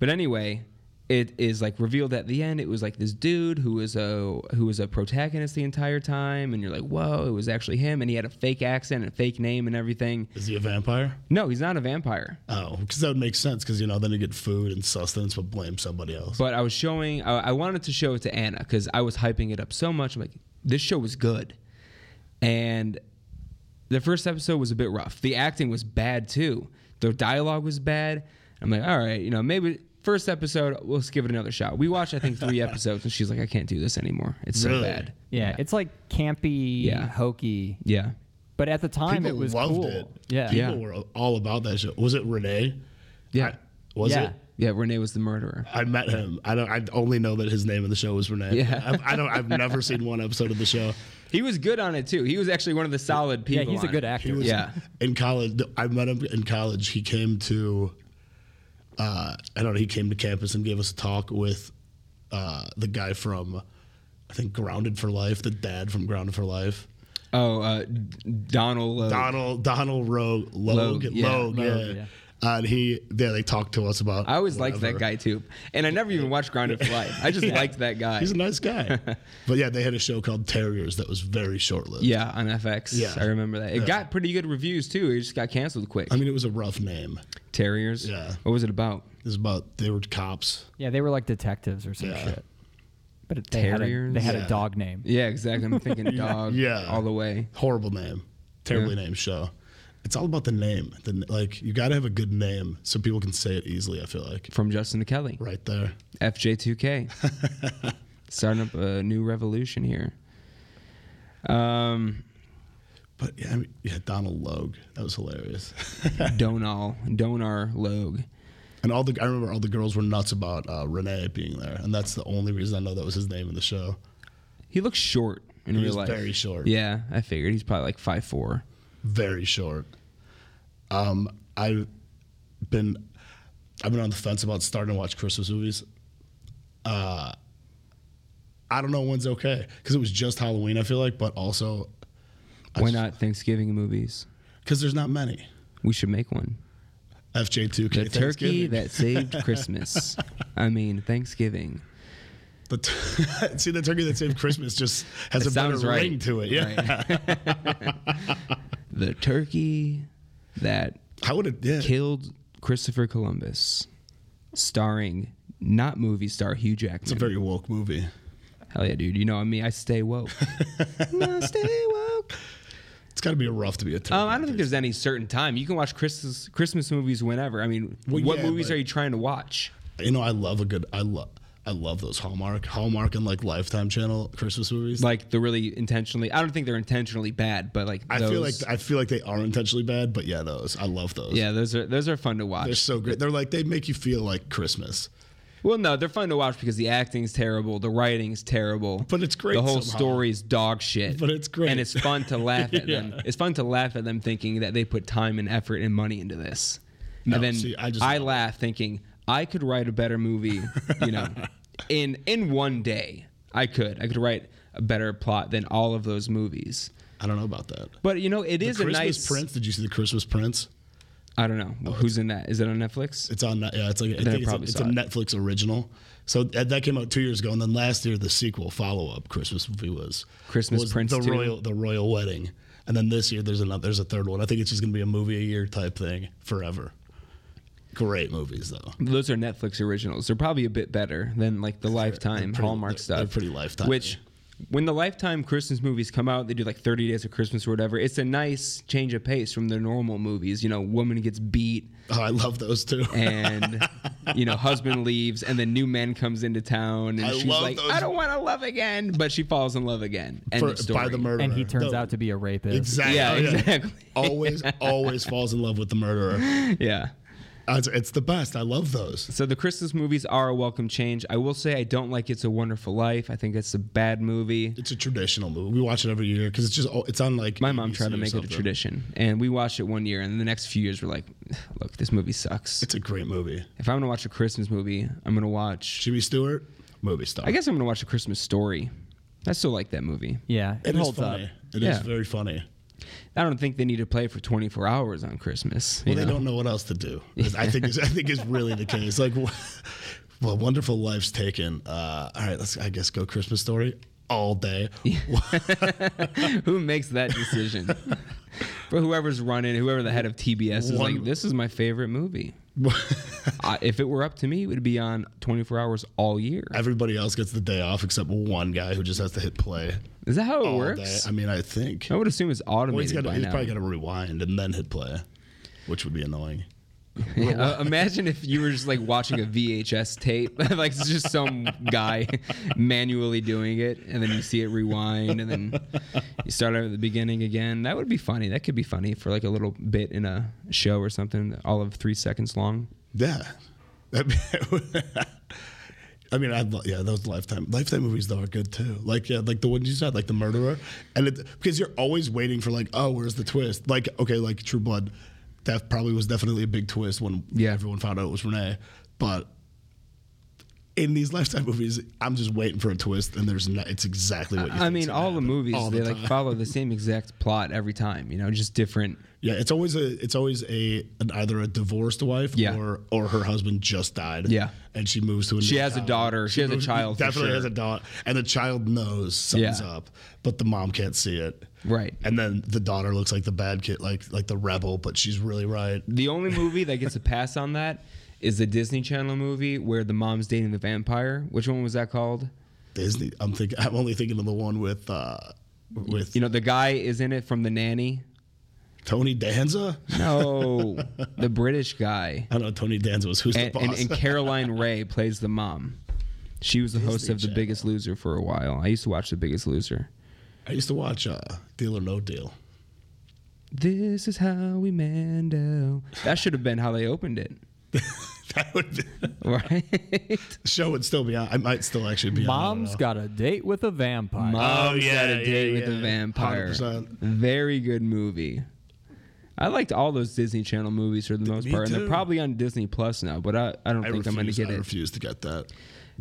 But anyway, it is like revealed at the end. It was like this dude who was a who was a protagonist the entire time, and you're like, whoa, it was actually him, and he had a fake accent and a fake name and everything.
Is he a vampire?
No, he's not a vampire.
Oh, because that would make sense. Because you know, then you get food and sustenance, but blame somebody else.
But I was showing, uh, I I wanted to show it to Anna because I was hyping it up so much. I'm like, this show was good, and the first episode was a bit rough. The acting was bad too. The dialogue was bad. I'm like, all right, you know, maybe first episode, we'll just give it another shot. We watched, I think, three episodes, and she's like, I can't do this anymore. It's so
Really?
bad.
Yeah, it's like campy,
Yeah.
hokey.
Yeah.
But at the time,
People
it was
loved
cool.
it.
Yeah.
People
Yeah.
were all about that show. Was it Renee?
Yeah.
I- was
yeah.
it?
Yeah, Renee was the murderer.
I met him. I don't. I only know that his name in the show was Renee.
Yeah.
I've, I don't. I've never seen one episode of the show.
He was good on it too. He was actually one of the solid
Yeah,
people.
he's a
on
good
it.
actor.
was-
Yeah.
In college, I met him in college. He came to, uh, I don't know. He came to campus and gave us a talk with uh, the guy from, I think Grounded for Life, the dad from Grounded for Life.
Oh, uh, D- Donald. Uh,
Donald Donald Rogue
Logue,
Logue
yeah.
Logue, yeah.
Logue, yeah.
And he, yeah, they talked to us about.
I always liked that guy too, and I never even watched Grounded for Life. I just liked that guy.
He's a nice guy. but yeah, they had a show called Terriers that was very short lived.
yeah, on FX.
Yeah.
I remember that. It got pretty good reviews too. It just got canceled quick.
I mean, it was a rough name.
Terriers.
Yeah.
What was it about?
It was about they were cops.
Yeah, they were like detectives or some
Yeah.
shit. But it, they had, a, they
Terriers?
had
Yeah.
a dog name.
Yeah, exactly. I'm thinking dog.
Yeah.
All the way.
Horrible name. Terribly named show. It's all about the name. The, n- like you got to have a good name so people can say it easily. I feel like
From Justin to Kelly.
right there.
FJ2K. Starting up a new revolution here. Um,
But yeah, I mean, yeah, Donald Logue. That was hilarious.
Donal, Donar Logue.
and all the I remember all the girls were nuts about uh, Renee being there, and that's the only reason I know that was his name in the show.
He looks short in
He
real
was
life.
very short.
Yeah, I figured he's probably like five four.
Very short. Um, I've been I've been on the fence about starting to watch Christmas movies. Uh, I don't know when's okay because it was just Halloween. I feel like, but also
Why not Thanksgiving movies?
because there's not many.
We should make one.
FJ2K
The turkey
Thanksgiving.
that saved Christmas. I mean Thanksgiving.
The t- see the turkey that saved Christmas just has
It
a better
sounds right.
ring to it. Yeah,
The turkey that
I would have. Yeah,
killed Christopher Columbus, starring not movie star Hugh Jackman.
it's a very woke movie.
Hell yeah, dude. You know me. I stay woke. I stay woke.
It's got to be rough to be a turkey.
Um, I don't think there's any certain time. You can watch Christmas Christmas movies whenever. I mean,
Well,
what
yeah,
movies
but-
are you trying to watch?
you know, I love a good. I love. I love those Hallmark, Hallmark, and like Lifetime Channel Christmas movies.
Like the really intentionally. I don't think they're intentionally bad, but like
I
those,
feel like I feel like they are intentionally bad, but yeah, those I love those.
yeah, those are those are fun to
they're
watch.
so great. They're like they make you feel like Christmas.
Well, no, they're fun to watch because the acting's terrible, the writing's terrible,
But it's great
The whole
somehow.
story is dog shit.
But it's great.
and it's fun to laugh at
Yeah.
them. It's fun to laugh at them thinking that they put time and effort and money into this,
No,
and then
see, I
I,
just-
laugh thinking I could write a better movie. You know, in in one day I could I could write a better plot than all of those movies.
I don't know about that.
But you know, it is
the
a
Christmas
nice.
Prince. Oh, Did you see the Christmas Prince?
I don't know who's in that. Is it on Netflix?
It's on. Net- Yeah, it's like I
I
think it's, a,
probably
it's
saw
a
it.
Netflix original. So uh, that that came out two years ago, and then last year the sequel follow up Christmas movie was
Christmas
was
Prince
the
2?
royal the royal wedding, and then this year there's another there's a third one. I think it's just gonna be a movie a year type thing forever. Great movies though.
Those are Netflix originals. They're probably a bit better than like the Lifetime
pretty-
Hallmark
they're-
stuff.
they're pretty Lifetime-y.
Which, when the Lifetime Christmas movies come out, they do like 30 Days of Christmas or whatever. It's a nice change of pace from their normal movies. You know, woman gets beat
Oh, I love those too.
and you know husband leaves and then new man comes into town and
I
she's
love
like,
those-
I don't want to love again, but she falls in love again. End
For-
of story.
by the murderer,
And he turns
No,
out to be a rapist.
exactly.
Yeah,
Oh,
exactly.
always always falls in love with the murderer.
yeah.
Uh, It's, it's the best. I love those.
So the Christmas movies are a welcome change. I will say I don't like It's a Wonderful Life. I think it's a bad movie.
It's a traditional movie. We watch it every year because it's just oh, it's on like
My mom
ABC
tried to
or
make it a
something.
tradition, and we watched it one year, and the next few years we're like, "Look, this movie sucks."
It's a great movie.
If I'm gonna watch a Christmas movie, I'm gonna watch.
Jimmy Stewart, movie star.
I guess I'm gonna watch a Christmas story. I still like that movie.
Yeah, it,
it is
holds up.
funny. It is
Yeah.
very funny.
I don't think they need to play for 24 hours on Christmas.
Well,
you
they
know?
don't know what else to do. I think is, I think is really the case. Like, wha- well, wonderful life's taken. Uh, all right, let's I guess go Christmas story all day.
Who makes that decision? but whoever's running, whoever the head of TBS is
One-
like, "This is my favorite movie." I, if it were up to me, it would be on 24 hours all year.
Everybody else gets the day off except one guy who just has to hit play
Is that how it
all
works?
day. I mean, I think
I would assume it's automated
well, Oh, he's, gotta,
by
he's
now.
probably got to rewind and then hit play, which would be annoying.
Uh, imagine if you were just like watching a VHS tape, like it's just some guy manually doing it, and then you see it rewind, and then you start out at the beginning again. That would be funny. That could be funny for like a little bit in a show or something, all of three seconds long.
Yeah, I mean, I mean, I'd lo- yeah, those lifetime lifetime movies though are good too. Like yeah, like the one you said, like the murderer, and it, because you're always waiting for like, oh, where's the twist? Like okay, like True Blood, that probably was definitely a big twist when
Yeah.
everyone found out it was Renee, but. In these lifetime movies, I'm just waiting for a twist, and there's no, it's exactly what you.
I
think's
mean,
gonna
all the
happen
movies
all the
they like
time.
follow the same exact plot every time. You know, just different.
Yeah, it's always a it's always a an, either a divorced wife
Yeah.
or or her husband just died.
Yeah.
and she moves to a.
She
new
has a
town.
daughter. She has a
moves-
child for
Definitely
sure.
has a daughter, and the child knows something's
Yeah.
up, but the mom can't see it.
Right.
and then the daughter looks like the bad kid, like like the rebel, but she's really right.
The only movie that gets a pass on that is the Disney Channel movie where the mom's dating the vampire. Which one was that called?
Disney. I'm thinking. I'm only thinking of the one with uh with
You know, the guy is in it from The Nanny.
Tony Danza.
No, the British guy.
I don't know. Tony Danza was who's
And,
the
and,
boss.
and Caroline Ray plays the mom. She was the host
Disney
of The Biggest Loser for a while. I used to watch The Biggest Loser.
I used to watch uh, Deal or No Deal.
This is how we mando. That should have been how they opened it,
That would be,
right?
the show would still be on. I might still actually be on. I don't
Mom's
know.
got a date with a vampire.
Mom's
Oh, yeah,
got a date
yeah,
with
yeah.
a vampire.
100%.
Very good movie. I liked all those Disney Channel movies for the most
me
part, and
too.
they're probably on Disney Plus now. But I, I don't
I
think I'm gonna
refuse,
get
I
it.
refuse to get that.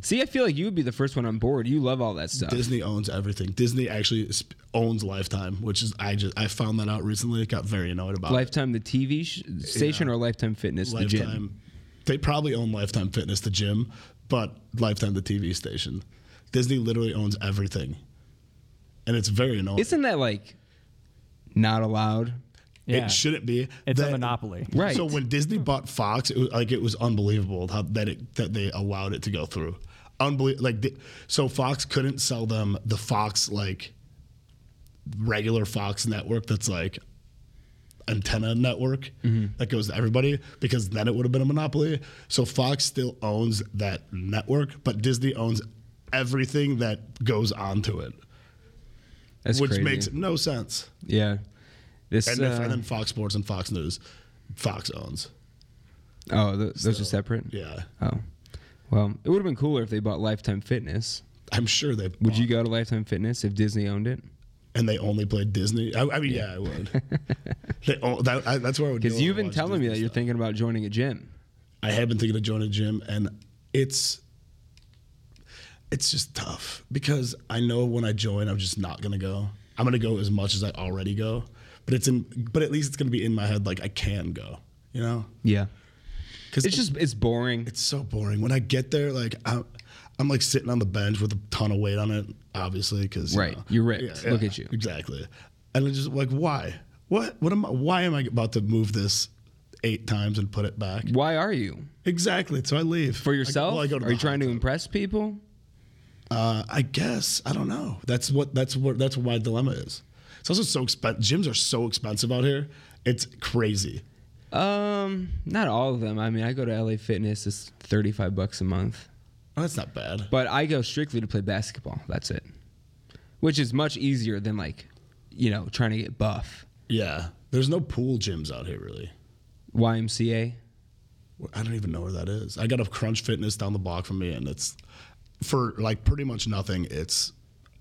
See, I feel like you would be the first one on board. You love all that stuff.
Disney owns everything. Disney actually sp- owns Lifetime, which is I just I found that out recently. Got very annoyed about it.
Lifetime, the TV sh- station, or Lifetime Fitness, the gym.
Lifetime. They probably own Lifetime Fitness, the gym, but Lifetime, the TV station. Disney literally owns everything, and it's very annoying.
Isn't that like not allowed?
yeah.
It shouldn't be.
it's a
That-
monopoly.
Right.
So when Disney bought Fox, it was like it was unbelievable how that it, that they allowed it to go through. Unbelievable. Like the, so, Fox couldn't sell them the Fox like regular Fox network that's like antenna network
Mm-hmm.
that goes to everybody because then it would have been a monopoly. So Fox still owns that network, but Disney owns everything that goes onto it,
That's
which
crazy.
makes no sense.
yeah. This
And, if-
uh,
and then Fox Sports and Fox News, Fox owns.
oh, th- those are separate.
Yeah.
Oh, well, it would have been cooler if they bought Lifetime Fitness.
I'm sure they
Would you go to Lifetime Fitness if Disney owned it?
and they only played Disney. I, I mean, yeah, I would. they all, that, I, that's where I would.
Because
go
you've been
and watch
telling me
Disney
that you're
stuff.
thinking about joining a gym.
I have been thinking of joining a gym, and it's it's just tough because I know when I join, I'm just not gonna go. I'm gonna go as much as I already go, but it's in. But at least it's gonna be in my head like I can go. You know,
Yeah,
because
it's just it's boring.
it's so boring. When I get there, like I'm, I'm like sitting on the bench with a ton of weight on it, obviously, because
Right. You're ripped. Look at you.
exactly. And I'm just like, why? What? What am I? Why am I about to move this eight times and put it back?
Why are you
Exactly. So I leave
for yourself?
I, well, I go to
are
the
you trying to
hot tub.
impress people?
Uh, I guess I don't know. That's what. That's what. That's what my dilemma is. It's also so expensive. Gyms are so expensive out here. It's crazy.
Um, not all of them. I mean, I go to LA Fitness. It's thirty five bucks a month,
Oh, that's not bad.
but I go strictly to play basketball. That's it, which is much easier than like, you know, trying to get buff.
Yeah. There's no pool gyms out here really.
YMCA.
I don't even know where that is. I got a Crunch Fitness down the block from me, and it's for like pretty much nothing. It's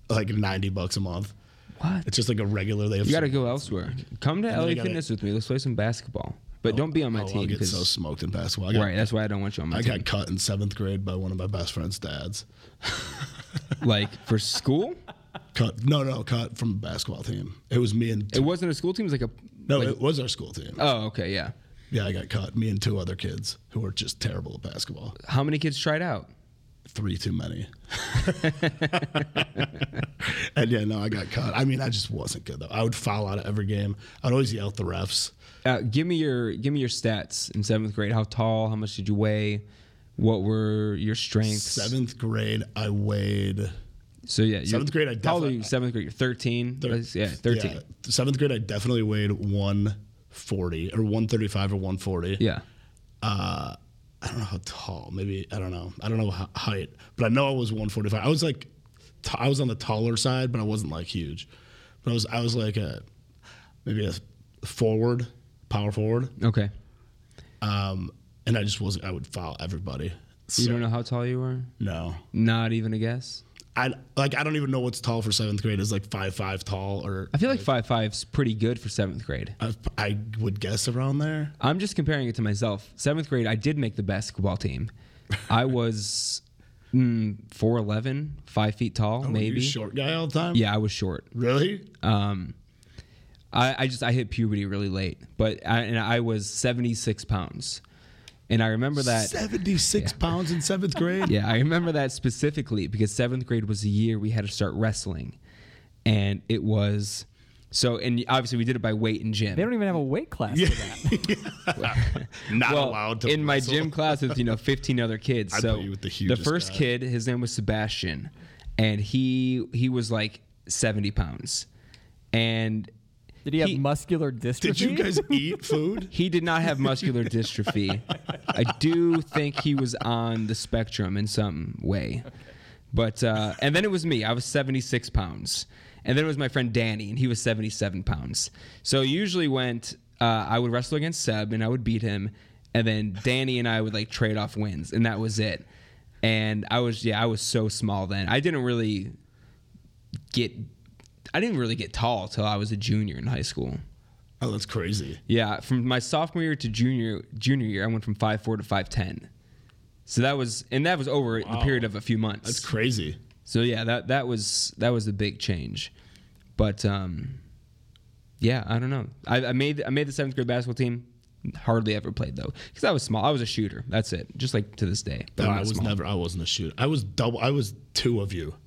like ninety bucks a month.
What?
It's just like a regular. They have
You got to
some-
go elsewhere. Come to
then I
LA
gotta-
Fitness with me. Let's play some basketball. But don't be on my
oh,
team
I get
because
so smoked in basketball. I got,
right. That's why I don't want you on my
I
team.
got cut in seventh grade by one of my best friend's dads.
like for school,
Cut? No, no, cut from the basketball team. It was me and
it wasn't a school team. It was like a
no,
like-
it was our school team.
oh, okay, yeah.
yeah, I got cut. Me and two other kids who were just terrible at basketball.
How many kids tried out?
Three too many. and yeah, no, I got cut. I mean, I just wasn't good though. I would foul out of every game. I'd always yell at the refs.
Uh, give me your give me your stats in seventh grade. How tall? How much did you weigh? What were your strengths?
Seventh grade, I weighed.
So yeah, you're-
Seventh grade, I
How old are
defi-
you? in Seventh grade, you're thirteen.
thir-
Let's- yeah, thirteen.
yeah, seventh grade, I definitely weighed one forty or one thirty five or one forty.
Yeah.
Uh, I don't know how tall. Maybe I don't know. I don't know how, height, but I know I was one forty five. I was like, t- I was on the taller side, but I wasn't like huge. But I was, I was like a maybe a forward, power forward.
Okay.
Um, and I just wasn't. I would foul everybody. So,
You don't know how tall you were?
No,
Not even a guess.
I like. I don't even know what's tall for seventh grade. Is like five five tall or
I feel like five five's pretty good for seventh grade.
I, I would guess around there.
I'm just comparing it to myself. Seventh grade, I did make the basketball team. I was mm, 4'11, five feet tall,
Were Oh, you
maybe.
short guy all the time.
Yeah, I was short.
really.
Um, I, I just I hit puberty really late, but I, and I was 76 pounds, and I remember that.
Seventy six pounds in seventh grade.
Yeah, I remember that specifically because seventh grade was the year we had to start wrestling, and it was so. And obviously, we did it by weight and gym.
They don't even have a weight class for that.
Not
well,
allowed to
in my
wrestle.
gym class with you know 15 other kids.
I
so
put you with the
the
hugest
first
guy.
kid, his name was Sebastian, and he he was like 70 pounds, and
Did he have
He-
muscular dystrophy?
Did you guys eat food?
He did not have muscular dystrophy. I do think he was on the spectrum in some way. But uh, and then it was me. I was 76 pounds, and then it was my friend Danny, and he was 77 pounds. So usually went. Uh, I would wrestle against Seb, and I would beat him, and then Danny and I would like trade off wins, and that was it. And I was yeah, I was so small then. I didn't really get. I didn't really get tall till I was a junior in high school.
Oh, that's crazy.
Yeah, from my sophomore year to junior junior year, I went from five four to five ten. So that was and that was over the period of a few months.
That's crazy.
so yeah, that that was that was a big change. But um, yeah, I don't know. I, I made I made the seventh grade basketball team. Hardly ever played though, because I was small. I was a shooter. That's it. Just like to this day. But
No,
I'm
I
not
was
small.
never. I wasn't a shooter. I was double. I was two of you.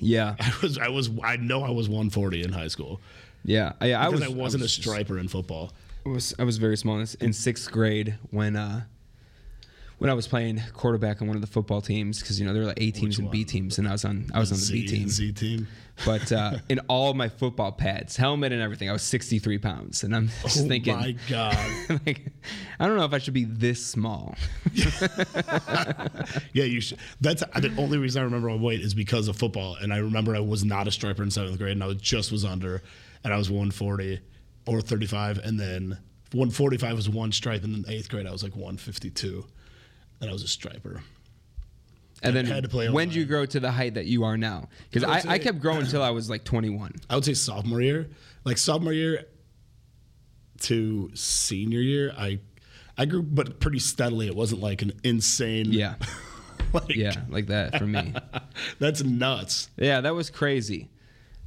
Yeah,
I was. I was. I know I was 140 in high school.
yeah. I, I was.
Because I, wasn't
was
a striper in football.
I was I was very small in- in sixth grade when uh, when I was playing quarterback on one of the football teams because you know there were like A teams and B teams and I was on I was on the B
Z
team.
Z team.
But uh, in all my football pads, helmet and everything, I was 63 pounds, and I'm just
oh
thinking,
my god.
like, I don't know if I should be this small.
Yeah, you should. That's the only reason I remember my weight is because of football. And I remember I was not a striper in seventh grade, and I was, just was under, and I was 140 or 35, and then 145 was one stripe, and then eighth grade I was like 152, and I was a striper.
And then
had to play
when
O-line.
did you grow to the height that you are now? Because
I would
I, I
say-
kept growing until I was like 21.
I would say sophomore year, like sophomore year to senior year, I I grew, but pretty steadily. It wasn't like an insane.
Yeah,
like,
yeah, like that for me.
That's nuts.
Yeah, that was crazy.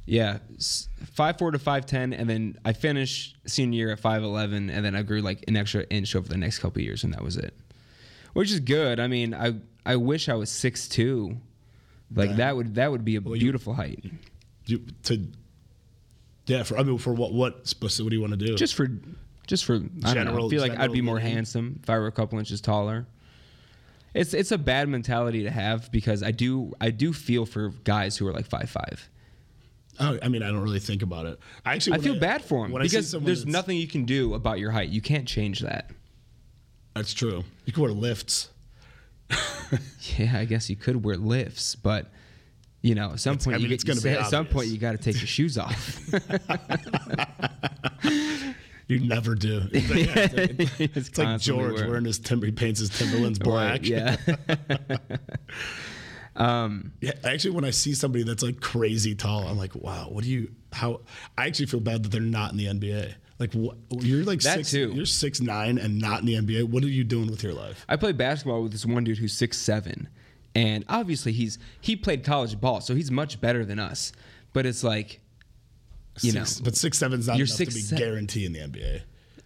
Yeah, s- five four to five ten, and then I finished senior year at five eleven, and then I grew like an extra inch over the next couple years, and that was it. Which is good. I mean, I I wish I was six two. Like that would that would be a beautiful height.
You, to yeah, for I mean, for what what specific? What do you want to do?
Just for just for I don't know, I
General-
feel like I'd be
general
more
meaning.
handsome if I were a couple inches taller. It's it's a bad mentality to have because I do I do feel for guys who are like five five.
Oh, I mean, I don't really think about it. I actually
I
when
feel bad for him
when I see
because
someone
there's
that's-
nothing you can do about your height. You can't change that.
That's true. You can wear lifts.
Yeah, I guess you could wear lifts, but you know, at some
It's-
point,
I
you
mean,
get-
it's gonna
you
be
say- at some
obvious.
point you got to take your shoes off.
You never do. It's like, yeah, it's like-
it's
it's like
constantly
George
wearing-
wearing his timber. He paints his Timberlands black.
Right, yeah,
Yeah, actually, when I see somebody that's like crazy tall, I'm like, wow, what do you? How? I actually feel bad that they're not in the NBA. Like, what, you're like
That
six,
too.
you're six nine and not in the NBA. What are you doing with your life?
I played basketball with this one dude who's six seven, and obviously he's he played college ball, so he's much better than us. But it's like, you
Six-
know,
but six seven's not
you're
enough
six
to be
se-
guaranteed in the NBA.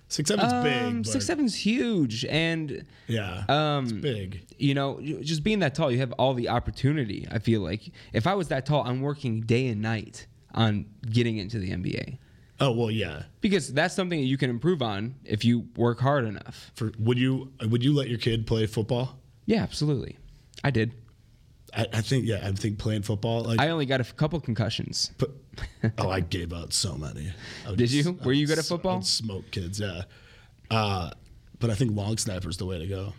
Six seven's
um,
big. But
six um, seven's huge, and
Yeah, it's big.
you know, you- just being that tall, you have all the opportunity. I feel like if I was that tall, I'm working day and night on getting into the NBA
Oh well, yeah.
because that's something that you can improve on if you work hard enough.
For would you would you let your kid play football?
Yeah, absolutely. I did.
I, I think yeah, I think playing football. Like,
I only got a f- couple concussions.
but, oh, I gave out so many. I would
Did you?
I
Were you
would
good at
s- I would
football?
smoke kids, yeah. Uh, but I think long snapper's the way to go.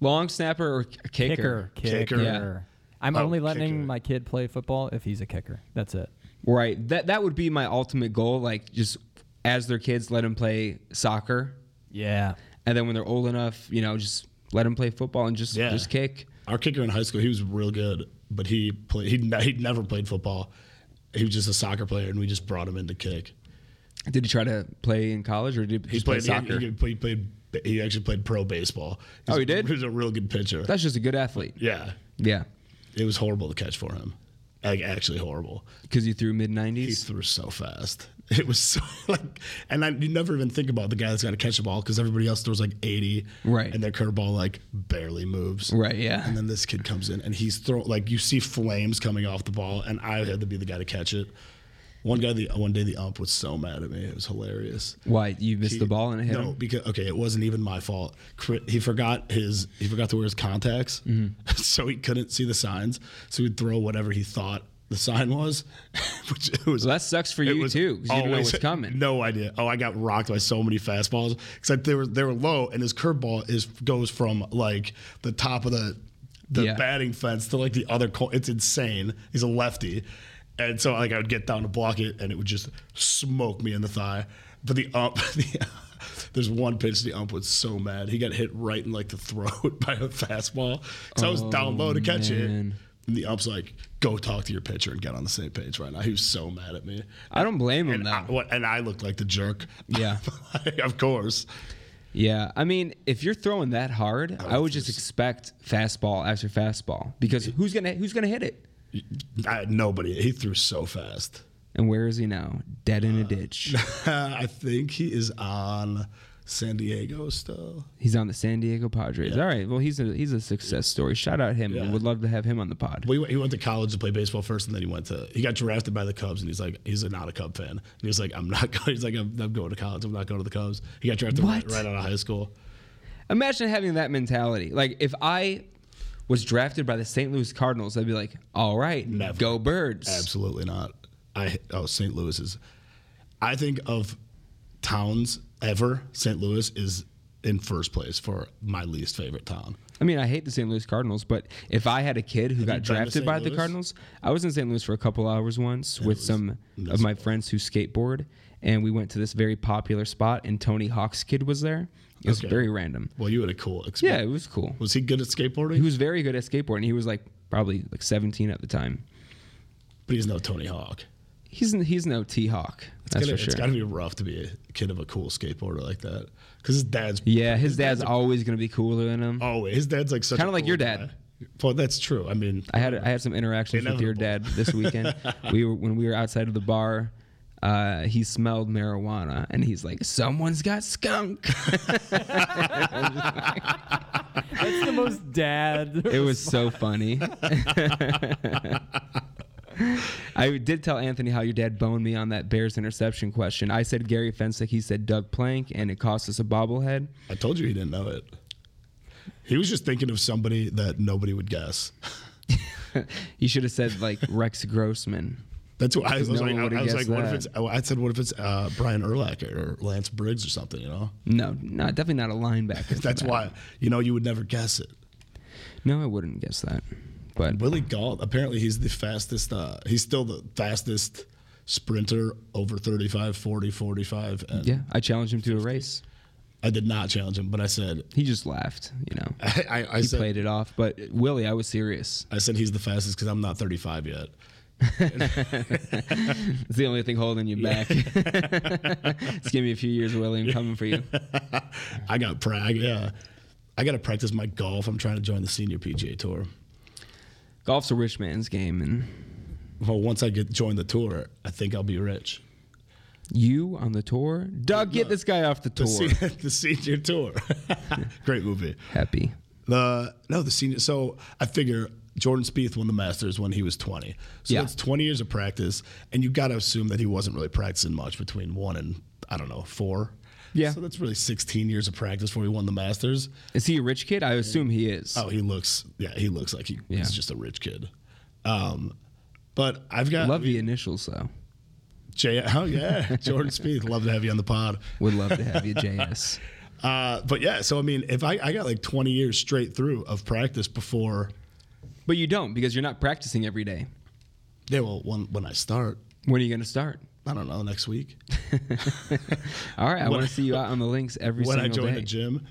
Long snapper or k- kicker.
Kicker.
Kicker.
Yeah.
I'm
Oh,
only letting
kicker.
my kid play football if he's a kicker. That's it.
Right. That that would be my ultimate goal. Like just as their kids, let them play soccer.
Yeah.
and then when they're old enough, you know, just let them play football and just
Yeah.
just kick.
Our kicker in high school, he was real good, but he played. He ne- he never played football. He was just a soccer player, and we just brought him in to kick.
Did he try to play in college or did he
He
just
played
play soccer?
He, he, he played. He actually played pro baseball.
Oh, he did?
He was a real good pitcher.
That's just a good athlete.
yeah,
Yeah,
it was horrible to catch for him. Like actually horrible.
because you threw mid
He
nineties.
threw so fast. It was so like, and I, you never even think about the guy that's got to catch the ball because everybody else throws like 80,
Right.
And their curveball like barely moves,
Right, yeah.
And then this kid comes in and he's throw like you see flames coming off the ball, and I had to be the guy to catch it. One guy, the one day the ump was so mad at me. It was hilarious.
Why you missed the ball and it hit
No,
him?
because okay, it wasn't even my fault. Cri- He forgot his he forgot to wear his contacts,
Mm-hmm.
so he couldn't see the signs. So he'd throw whatever he thought the sign was, which it was.
Well, that sucks for
it
you
was
too, 'cause you didn't know
always-
what's coming.
No idea. Oh, I got rocked by so many fastballs. Except they were they were low, and his curveball is goes from like the top of the the
Yeah.
batting fence to like the other. Co- it's insane. He's a lefty, and so like I would get down to block it, and it would just smoke me in the thigh. But the ump, the, there's one pitch the ump was so mad. He got hit right in like the throat by a fastball. So I was down low to catch
Oh, man.
it. And the ump's like, go talk to your pitcher and get on the same page right now. He was so mad at me.
I don't blame him
And
though.
I, what, and I looked like the jerk.
Yeah.
of course.
Yeah, I mean, if you're throwing that hard, I would just expect fastball after fastball because who's gonna who's gonna hit it?
I, nobody. He threw so fast.
And where is he now? Dead
Uh,
in a ditch.
I think he is on San Diego still.
He's on the San Diego Padres. All right, well he's a he's a success story. Shout out him.
Yeah.
Would love to have him on the pod.
Well, he went- he went to college to play baseball first, and then he went to he got drafted by the Cubs, and he's like he's a not a Cub fan. And he was like I'm not going. He's like I'm, I'm going to college. I'm not going to the Cubs. He got drafted right,
What?
right out of high school.
Imagine having that mentality. Like if I was drafted by the St. Louis Cardinals, I'd be like, all right,
Never.
go birds.
Absolutely not. I oh St. Louis is. I think of towns ever. St. Louis is in first place for my least favorite town.
I mean, I hate the St. Louis Cardinals, but if I had a kid who got
you been to
drafted
St.
by the
Louis?
Cardinals, I was in St. Louis for a couple hours once with some of my friends who skateboard, and we went to this very popular spot, and Tony Hawk's kid was there. It was
Okay.
very random.
Well, you had a cool
Yeah,
experience.
it was cool.
Was he good at skateboarding?
He was very good at skateboarding. He was like probably like 17 at the time.
but he's no Tony Hawk.
He's n- he's no T Hawk. That's
Gotta-
for
It's got
sure.
to be rough to be a kid of a cool skateboarder like that. Because his dad's
Yeah, his dad's always gonna be cooler than him.
always his dad's like such a
Kinda like
cool
your
guy.
dad.
Well, that's true. I mean,
I had I had some interactions with your dad
Inevitable.
this weekend. we were when we were outside of the bar. Uh, he smelled marijuana and he's like, "Someone's got skunk."
That's the most dad.
It was so funny. I did tell Anthony how your dad boned me on that Bears interception question. I said Gary Fensick, he said Doug Plank, and it cost us a bobblehead.
I told you he didn't know it. He was just thinking of somebody that nobody would guess.
He should have said like Rex Grossman.
That's what I was
no
like.
one would've
I, I was
guessed
like, what if
that.
it's? I said, what if it's uh, Brian Urlacher or Lance Briggs or something? You know,
No, no, definitely not a linebacker. for
that's
that.
why you know you would never guess it.
No, I wouldn't guess that. But
Willie Galt. Apparently, he's the fastest. Uh, he's still the fastest sprinter over 35, 40, 45. And
yeah, I challenged him to a race.
I did not challenge him, but I said,
He just laughed, you know.
I, I, I
He
said,
played it off, but Willie, I was serious.
I said he's the fastest because I'm not 35 yet.
It's the only thing holding you back. it's gonna be a few years, Willie. I'm coming for you.
I got pra- I, yeah, I got to practice my golf. I'm trying to join the senior PGA tour.
Golf's a rich man's game, and
Well, once I get join the tour, I think I'll be rich.
you on the tour, Doug, get this guy off the
The,
tour.
se- the senior tour, great movie.
Happy.
The no, the senior. So I figure Jordan Spieth won the Masters when he was 20. So
Yeah.
that's 20 years of practice, and you got to assume that he wasn't really practicing much between one and I don't know four.
Yeah.
So that's really 16 years of practice before he won the Masters.
Is he a rich kid? I assume he is.
Oh, he looks. Yeah, he looks like he,
Yeah.
he's just a rich kid. Um, but I've got
Love the initials though.
J. Oh yeah, Jordan Spieth. Love to have you on the pod.
Would love to have you, JS.
Uh, but yeah, so I mean, if I, I got like 20 years straight through of practice before,
But you don't because you're not practicing every day.
yeah, well, when when I start,
When are you gonna start?
I don't know, next week
All right, I want to see you out on the links every
when I
single
join
day.
a gym.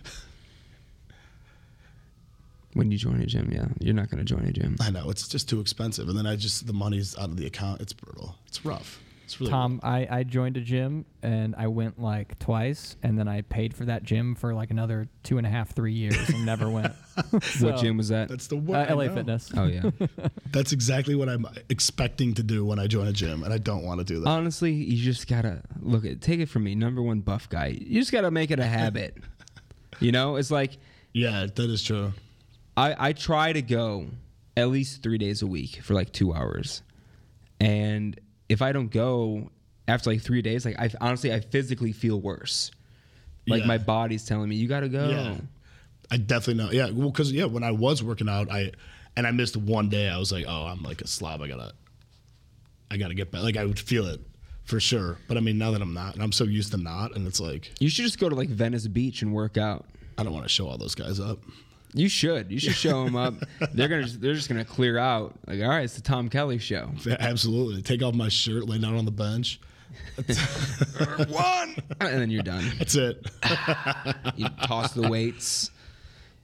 When you join a gym, yeah, you're not going to join a gym.
I know it's just too expensive, and then I just the money's out of the account. It's brutal. It's rough. It's really
Tom, I, I joined a gym and I went like twice, and then I paid for that gym for like another two and a half, three years and never went. So,
what gym was that?
That's the wor- I
Uh, LA
know.
Fitness.
oh yeah.
That's exactly what I'm expecting to do when I join a gym, and I don't want to do that.
Honestly, you just gotta look at. Take it from me, number one buff guy. You just gotta make it a habit. you know, it's like
yeah, that is true.
I, I try to go at least three days a week for like two hours. And if I don't go after like three days, like I honestly, I physically feel worse. Like
Yeah.
my body's telling me, you got to go.
Yeah, Oh. I definitely know. Yeah, well, because yeah, when I was working out, I and I missed one day. I was like, oh, I'm like a slob. I gotta, I gotta get back. Like I would feel it for sure. But I mean, now that I'm not, and I'm so used to not, and it's like
You should just go to like Venice Beach and work out.
I don't want to show all those guys up.
You should. You should show them up. They're gonna. Just, they're just gonna clear out. Like, all right, it's the Tom Kelly show.
Absolutely, take off my shirt, lay down on the bench.
One, and then you're done.
That's it.
You toss the weights.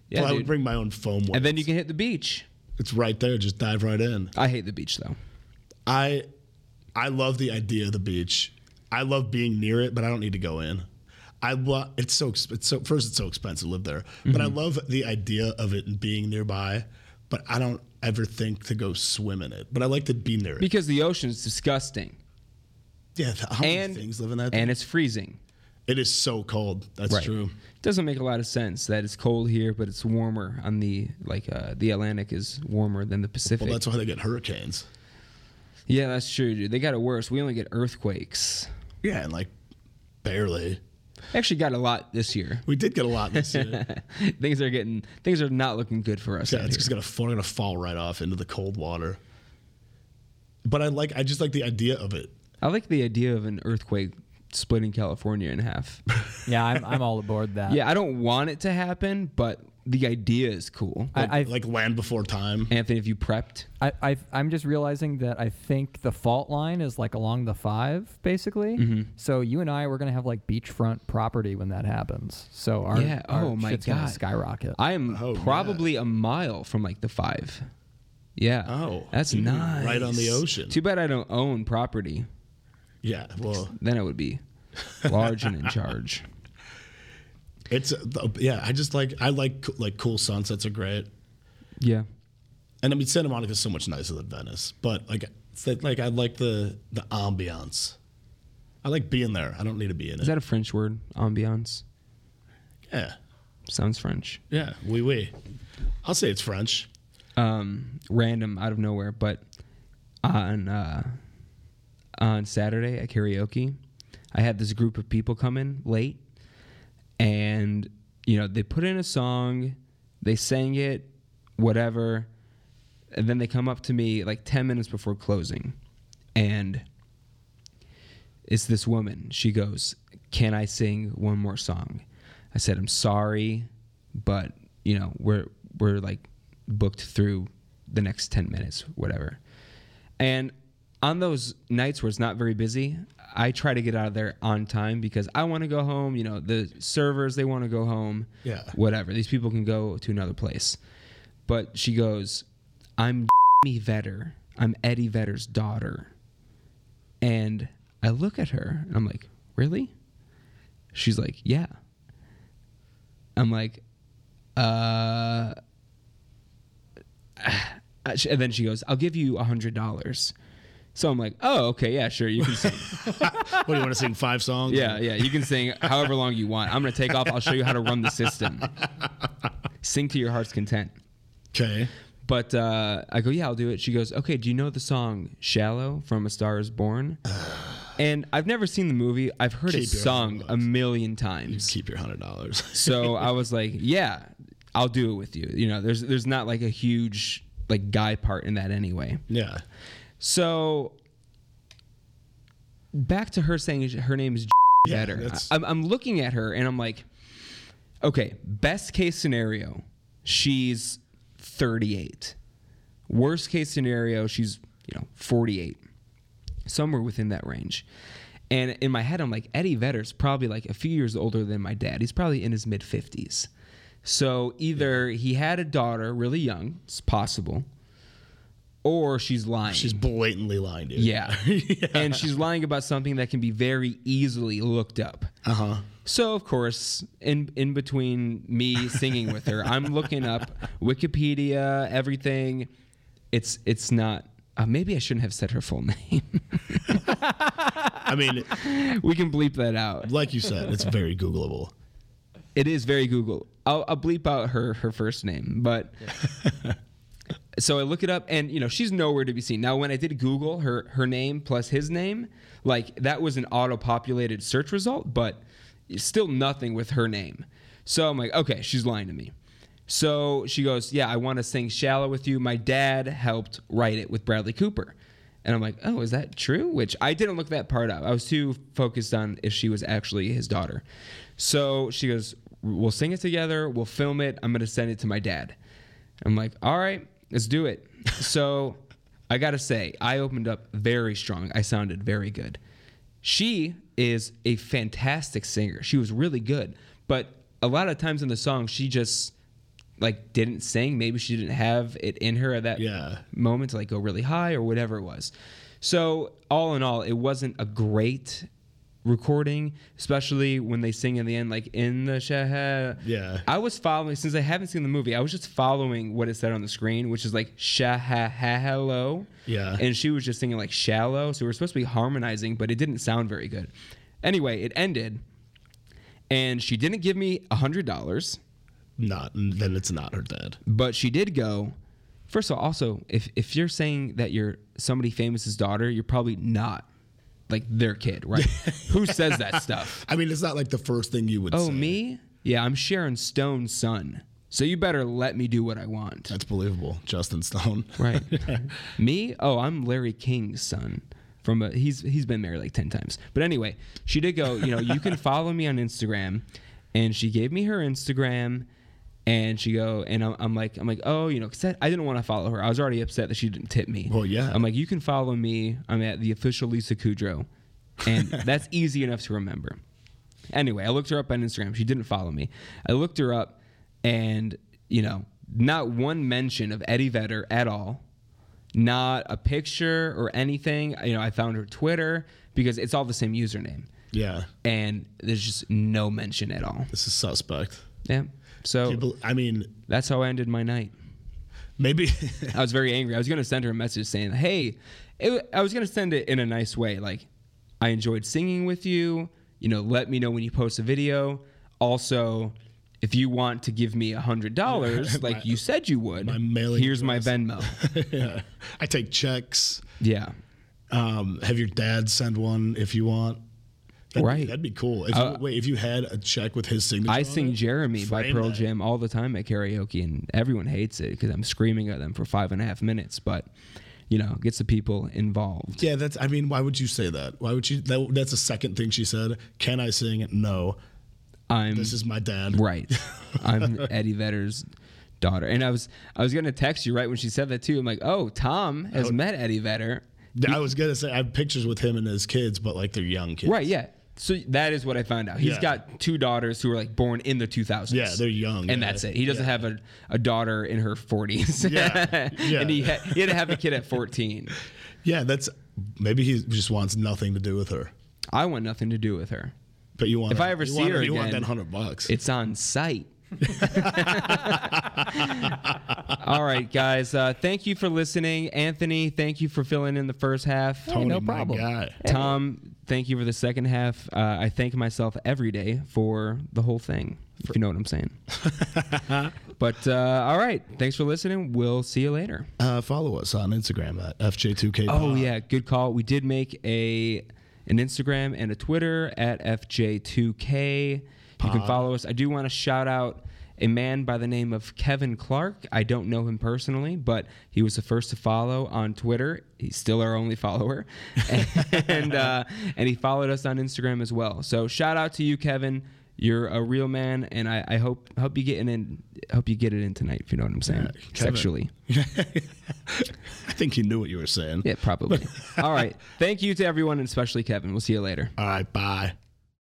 Yeah,
well, I
dude.
would bring my own foam.
and then
weights.
you can hit the beach.
it's right there. Just dive right in.
I hate the beach though.
I I love the idea of the beach. I love being near it, but I don't need to go in. I lo- it's so ex- it's so first it's so expensive to live there, but I
Mm-hmm.
love the idea of it being nearby. But I don't ever think to go swim in it. But I like to be near it.
Because the ocean's disgusting.
yeah, th- how many
and-
things live in that?
And it's freezing.
it is so cold. That's true.
Doesn't make a lot of sense that it's cold here, but it's warmer on the like uh, the Atlantic is warmer than the Pacific.
Well, that's why they get hurricanes.
yeah, that's true, dude. They got it worse. We only get earthquakes.
Yeah, and like barely.
Actually, got a lot this year.
We did get a lot this year.
things are getting things are not looking good for us.
Yeah,
out
it's
here.
just gonna fall, gonna fall right off into the cold water. But I like, I just like the idea of it.
I like the idea of an earthquake splitting California in half.
Yeah, I'm, I'm all aboard that.
yeah, I don't want it to happen, but the idea is cool.
I, I,
like Land Before Time.
Anthony, have you prepped?
I, I, I'm just realizing that I think the fault line is like along the five, basically.
Mm-hmm.
So you and I, we're gonna have like beachfront property when that happens. So our,
Yeah,
our
oh my
shit's gonna
God.
skyrocket.
I am
Oh, yeah.
probably a mile from like the five. Yeah.
Oh,
that's
you'd be
nice.
right on the ocean.
Too bad I don't own property.
Yeah, well,
Then I would be large and in charge.
it's the- yeah. I just like I like co- like cool sunsets are great,
Yeah.
and I mean Santa Monica is so much nicer than Venice. But like it's like, like I like the the ambiance. I like being there. I don't need to be in it.
Is that a French word? Ambiance.
yeah,
Sounds French.
yeah. Oui, oui. I'll say it's French.
Um, random out of nowhere, but on uh, on Saturday at karaoke, I had this group of people come in late, and you know they put in a song, they sang it, whatever, and then they come up to me like ten minutes before closing, and it's this woman. She goes, "Can I sing one more song?" I said, "I'm sorry, but you know we're we're like booked through the next ten minutes, whatever." And on those nights where it's not very busy, I try to get out of there on time because I want to go home. You know, the servers they want to go home.
Yeah.
Whatever. These people can go to another place. But she goes, "I'm Jimmy Vetter. I'm Eddie Vetter's daughter." And I look at her and I'm like, really? She's like, yeah. I'm like, uh, and then she goes, I'll give you a hundred dollars. So I'm like, oh, okay, yeah, sure, you can sing.
What do you want to sing? Five songs?
yeah, yeah, you can sing however long you want. I'm gonna take off. I'll show you how to run the system. Sing to your heart's content.
Okay.
But uh, I go, yeah, I'll do it. She goes, okay, do you know the song "Shallow" from A Star Is Born? and I've never seen the movie. I've heard it
Keep your
sung
eyes
a million
You
times.
keep your hundred dollars.
so I was like, yeah, I'll do it with you. You know, there's there's not like a huge like guy part in that anyway.
yeah.
So back to her saying her name is
Yeah,
better.
that's-
I'm, I'm looking at her and I'm like, okay, best case scenario, she's 38. Worst case scenario, she's you know 48. somewhere within that range. And in my head, I'm like, Eddie Vedder's probably like a few years older than my dad. He's probably in his mid 50s. So either he had a daughter really young, it's possible, or she's lying.
She's blatantly lying, dude.
yeah. And she's lying about something that can be very easily looked up.
Uh huh.
So of course, in in between me singing with her, I'm looking up Wikipedia, everything. It's it's not. Uh, maybe I shouldn't have said her full name.
I mean,
we can bleep that out.
like you said, it's very Googleable.
It is very Google. I'll, I'll bleep out her her first name, but. So I look it up, and you know she's nowhere to be seen. Now, when I did Google her her name plus his name, like that was an auto populated search result, but still nothing with her name. So I'm like, okay, she's lying to me. So she goes, yeah, I want to sing "Shallow" with you. My dad helped write it with Bradley Cooper, and I'm like, oh, is that true? Which I didn't look that part up. I was too focused on if she was actually his daughter. So she goes, we'll sing it together. We'll film it. I'm gonna send it to my dad. I'm like, all right, let's do it. So I gotta say, I opened up very strong. I sounded very good. She is a fantastic singer. She was really good. But a lot of times in the song, she just like didn't sing. Maybe she didn't have it in her at that
Yeah.
moment to like go really high or whatever it was. So all in all, it wasn't a great recording, especially when they sing in the end, like in the shah.
Yeah.
I was following since I haven't seen the movie. I was just following what it said on the screen, which is like shah ha ha hello.
Yeah.
And she was just singing like shallow, so we are supposed to be harmonizing, but it didn't sound very good. Anyway, it ended, and she didn't give me a hundred dollars
Not then it's not her dad.
but she did go. First of all, also if if you're saying that you're somebody famous's daughter, you're probably not like their kid, right? Who says that stuff?
I mean, it's not like the first thing you would.
Oh,
say.
me? Yeah, I'm Sharon Stone's son. So you better let me do what I want.
That's believable, Justin Stone.
Right. Me? Oh, I'm Larry King's son. From a, he's he's been married like ten times. But anyway, she did go. You know, you can follow me on Instagram, and she gave me her Instagram, and she go and I'm, I'm like I'm like oh you know because I didn't want to follow her. I was already upset that she didn't tip me.
Well, yeah.
I'm like you can follow me. I'm at the official Lisa Kudrow, and that's easy enough to remember. Anyway, I looked her up on Instagram. She didn't follow me. I looked her up, and you know, not one mention of Eddie Vedder at all. Not a picture or anything. You know, I found her Twitter because it's all the same username,
yeah,
and there's just no mention at all.
this is suspect.
Yeah. So
People, I mean,
that's how I ended my night.
maybe.
I was very angry. I was gonna send her a message saying, "Hey," it, I was gonna send it in a nice way, like, "I enjoyed singing with you. You know, let me know when you post a video. Also, if you want to give me a hundred dollars, like you said you would,
my mailing
here's my
address."
Venmo.
yeah. I take checks.
yeah,
Um, have your dad send one if you want. That'd,
Right. Uh,
That'd be cool. If you, wait, if you had a check with his signature,
I
on
sing
it,
Jeremy by
frame
Pearl
that.
Jam all the time at karaoke, and everyone hates it because I'm screaming at them for five and a half minutes. But you know, gets the people involved.
Yeah, that's. I mean, why would you say that? Why would you? That, that's the second thing she said. Can I sing? No.
I'm
This is my dad.
Right. I'm Eddie Vedder's daughter. And I was I was gonna text you right when she said that too. I'm like, oh, Tom has met Eddie Vedder.
I was gonna say I have pictures with him and his kids, but like they're young kids.
Right, yeah. So that is what I found out. He's
Yeah.
got two daughters who are like born in the 2000s.
Yeah, they're young,
And
yeah.
that's it. He doesn't have a, a daughter in her 40s.
Yeah, yeah.
and he, ha- he had to have a kid at 14.
Yeah, that's maybe he just wants nothing to do with her.
I want nothing to do with her.
But you want
If I ever
you
see
want,
her
you want
again,
that hundred bucks.
It's on site. All right, guys. Uh, thank you for listening. Anthony, thank you for filling in the first half.
Hey, no
my
problem.
guy.
Tom, thank you for the second half. Uh, I thank myself every day for the whole thing, if you know what I'm saying. but uh, all right, thanks for listening. We'll see you later.
Uh, follow us on Instagram at fj2k.
Oh yeah, good call. We did make a an Instagram and a Twitter at FJ2K. You can follow us. I do want to shout out a man by the name of Kevin Clark. I don't know him personally, but he was the first to follow on Twitter. He's still our only follower, and uh, and he followed us on Instagram as well. So shout out to you, Kevin. You're a real man, and I, I hope hope you get in, in hope you get it in tonight. If you know what I'm saying,
Kevin.
sexually.
I think he knew what you were saying.
Yeah, probably. All right. Thank you to everyone, and especially Kevin. We'll see you later.
All right. Bye.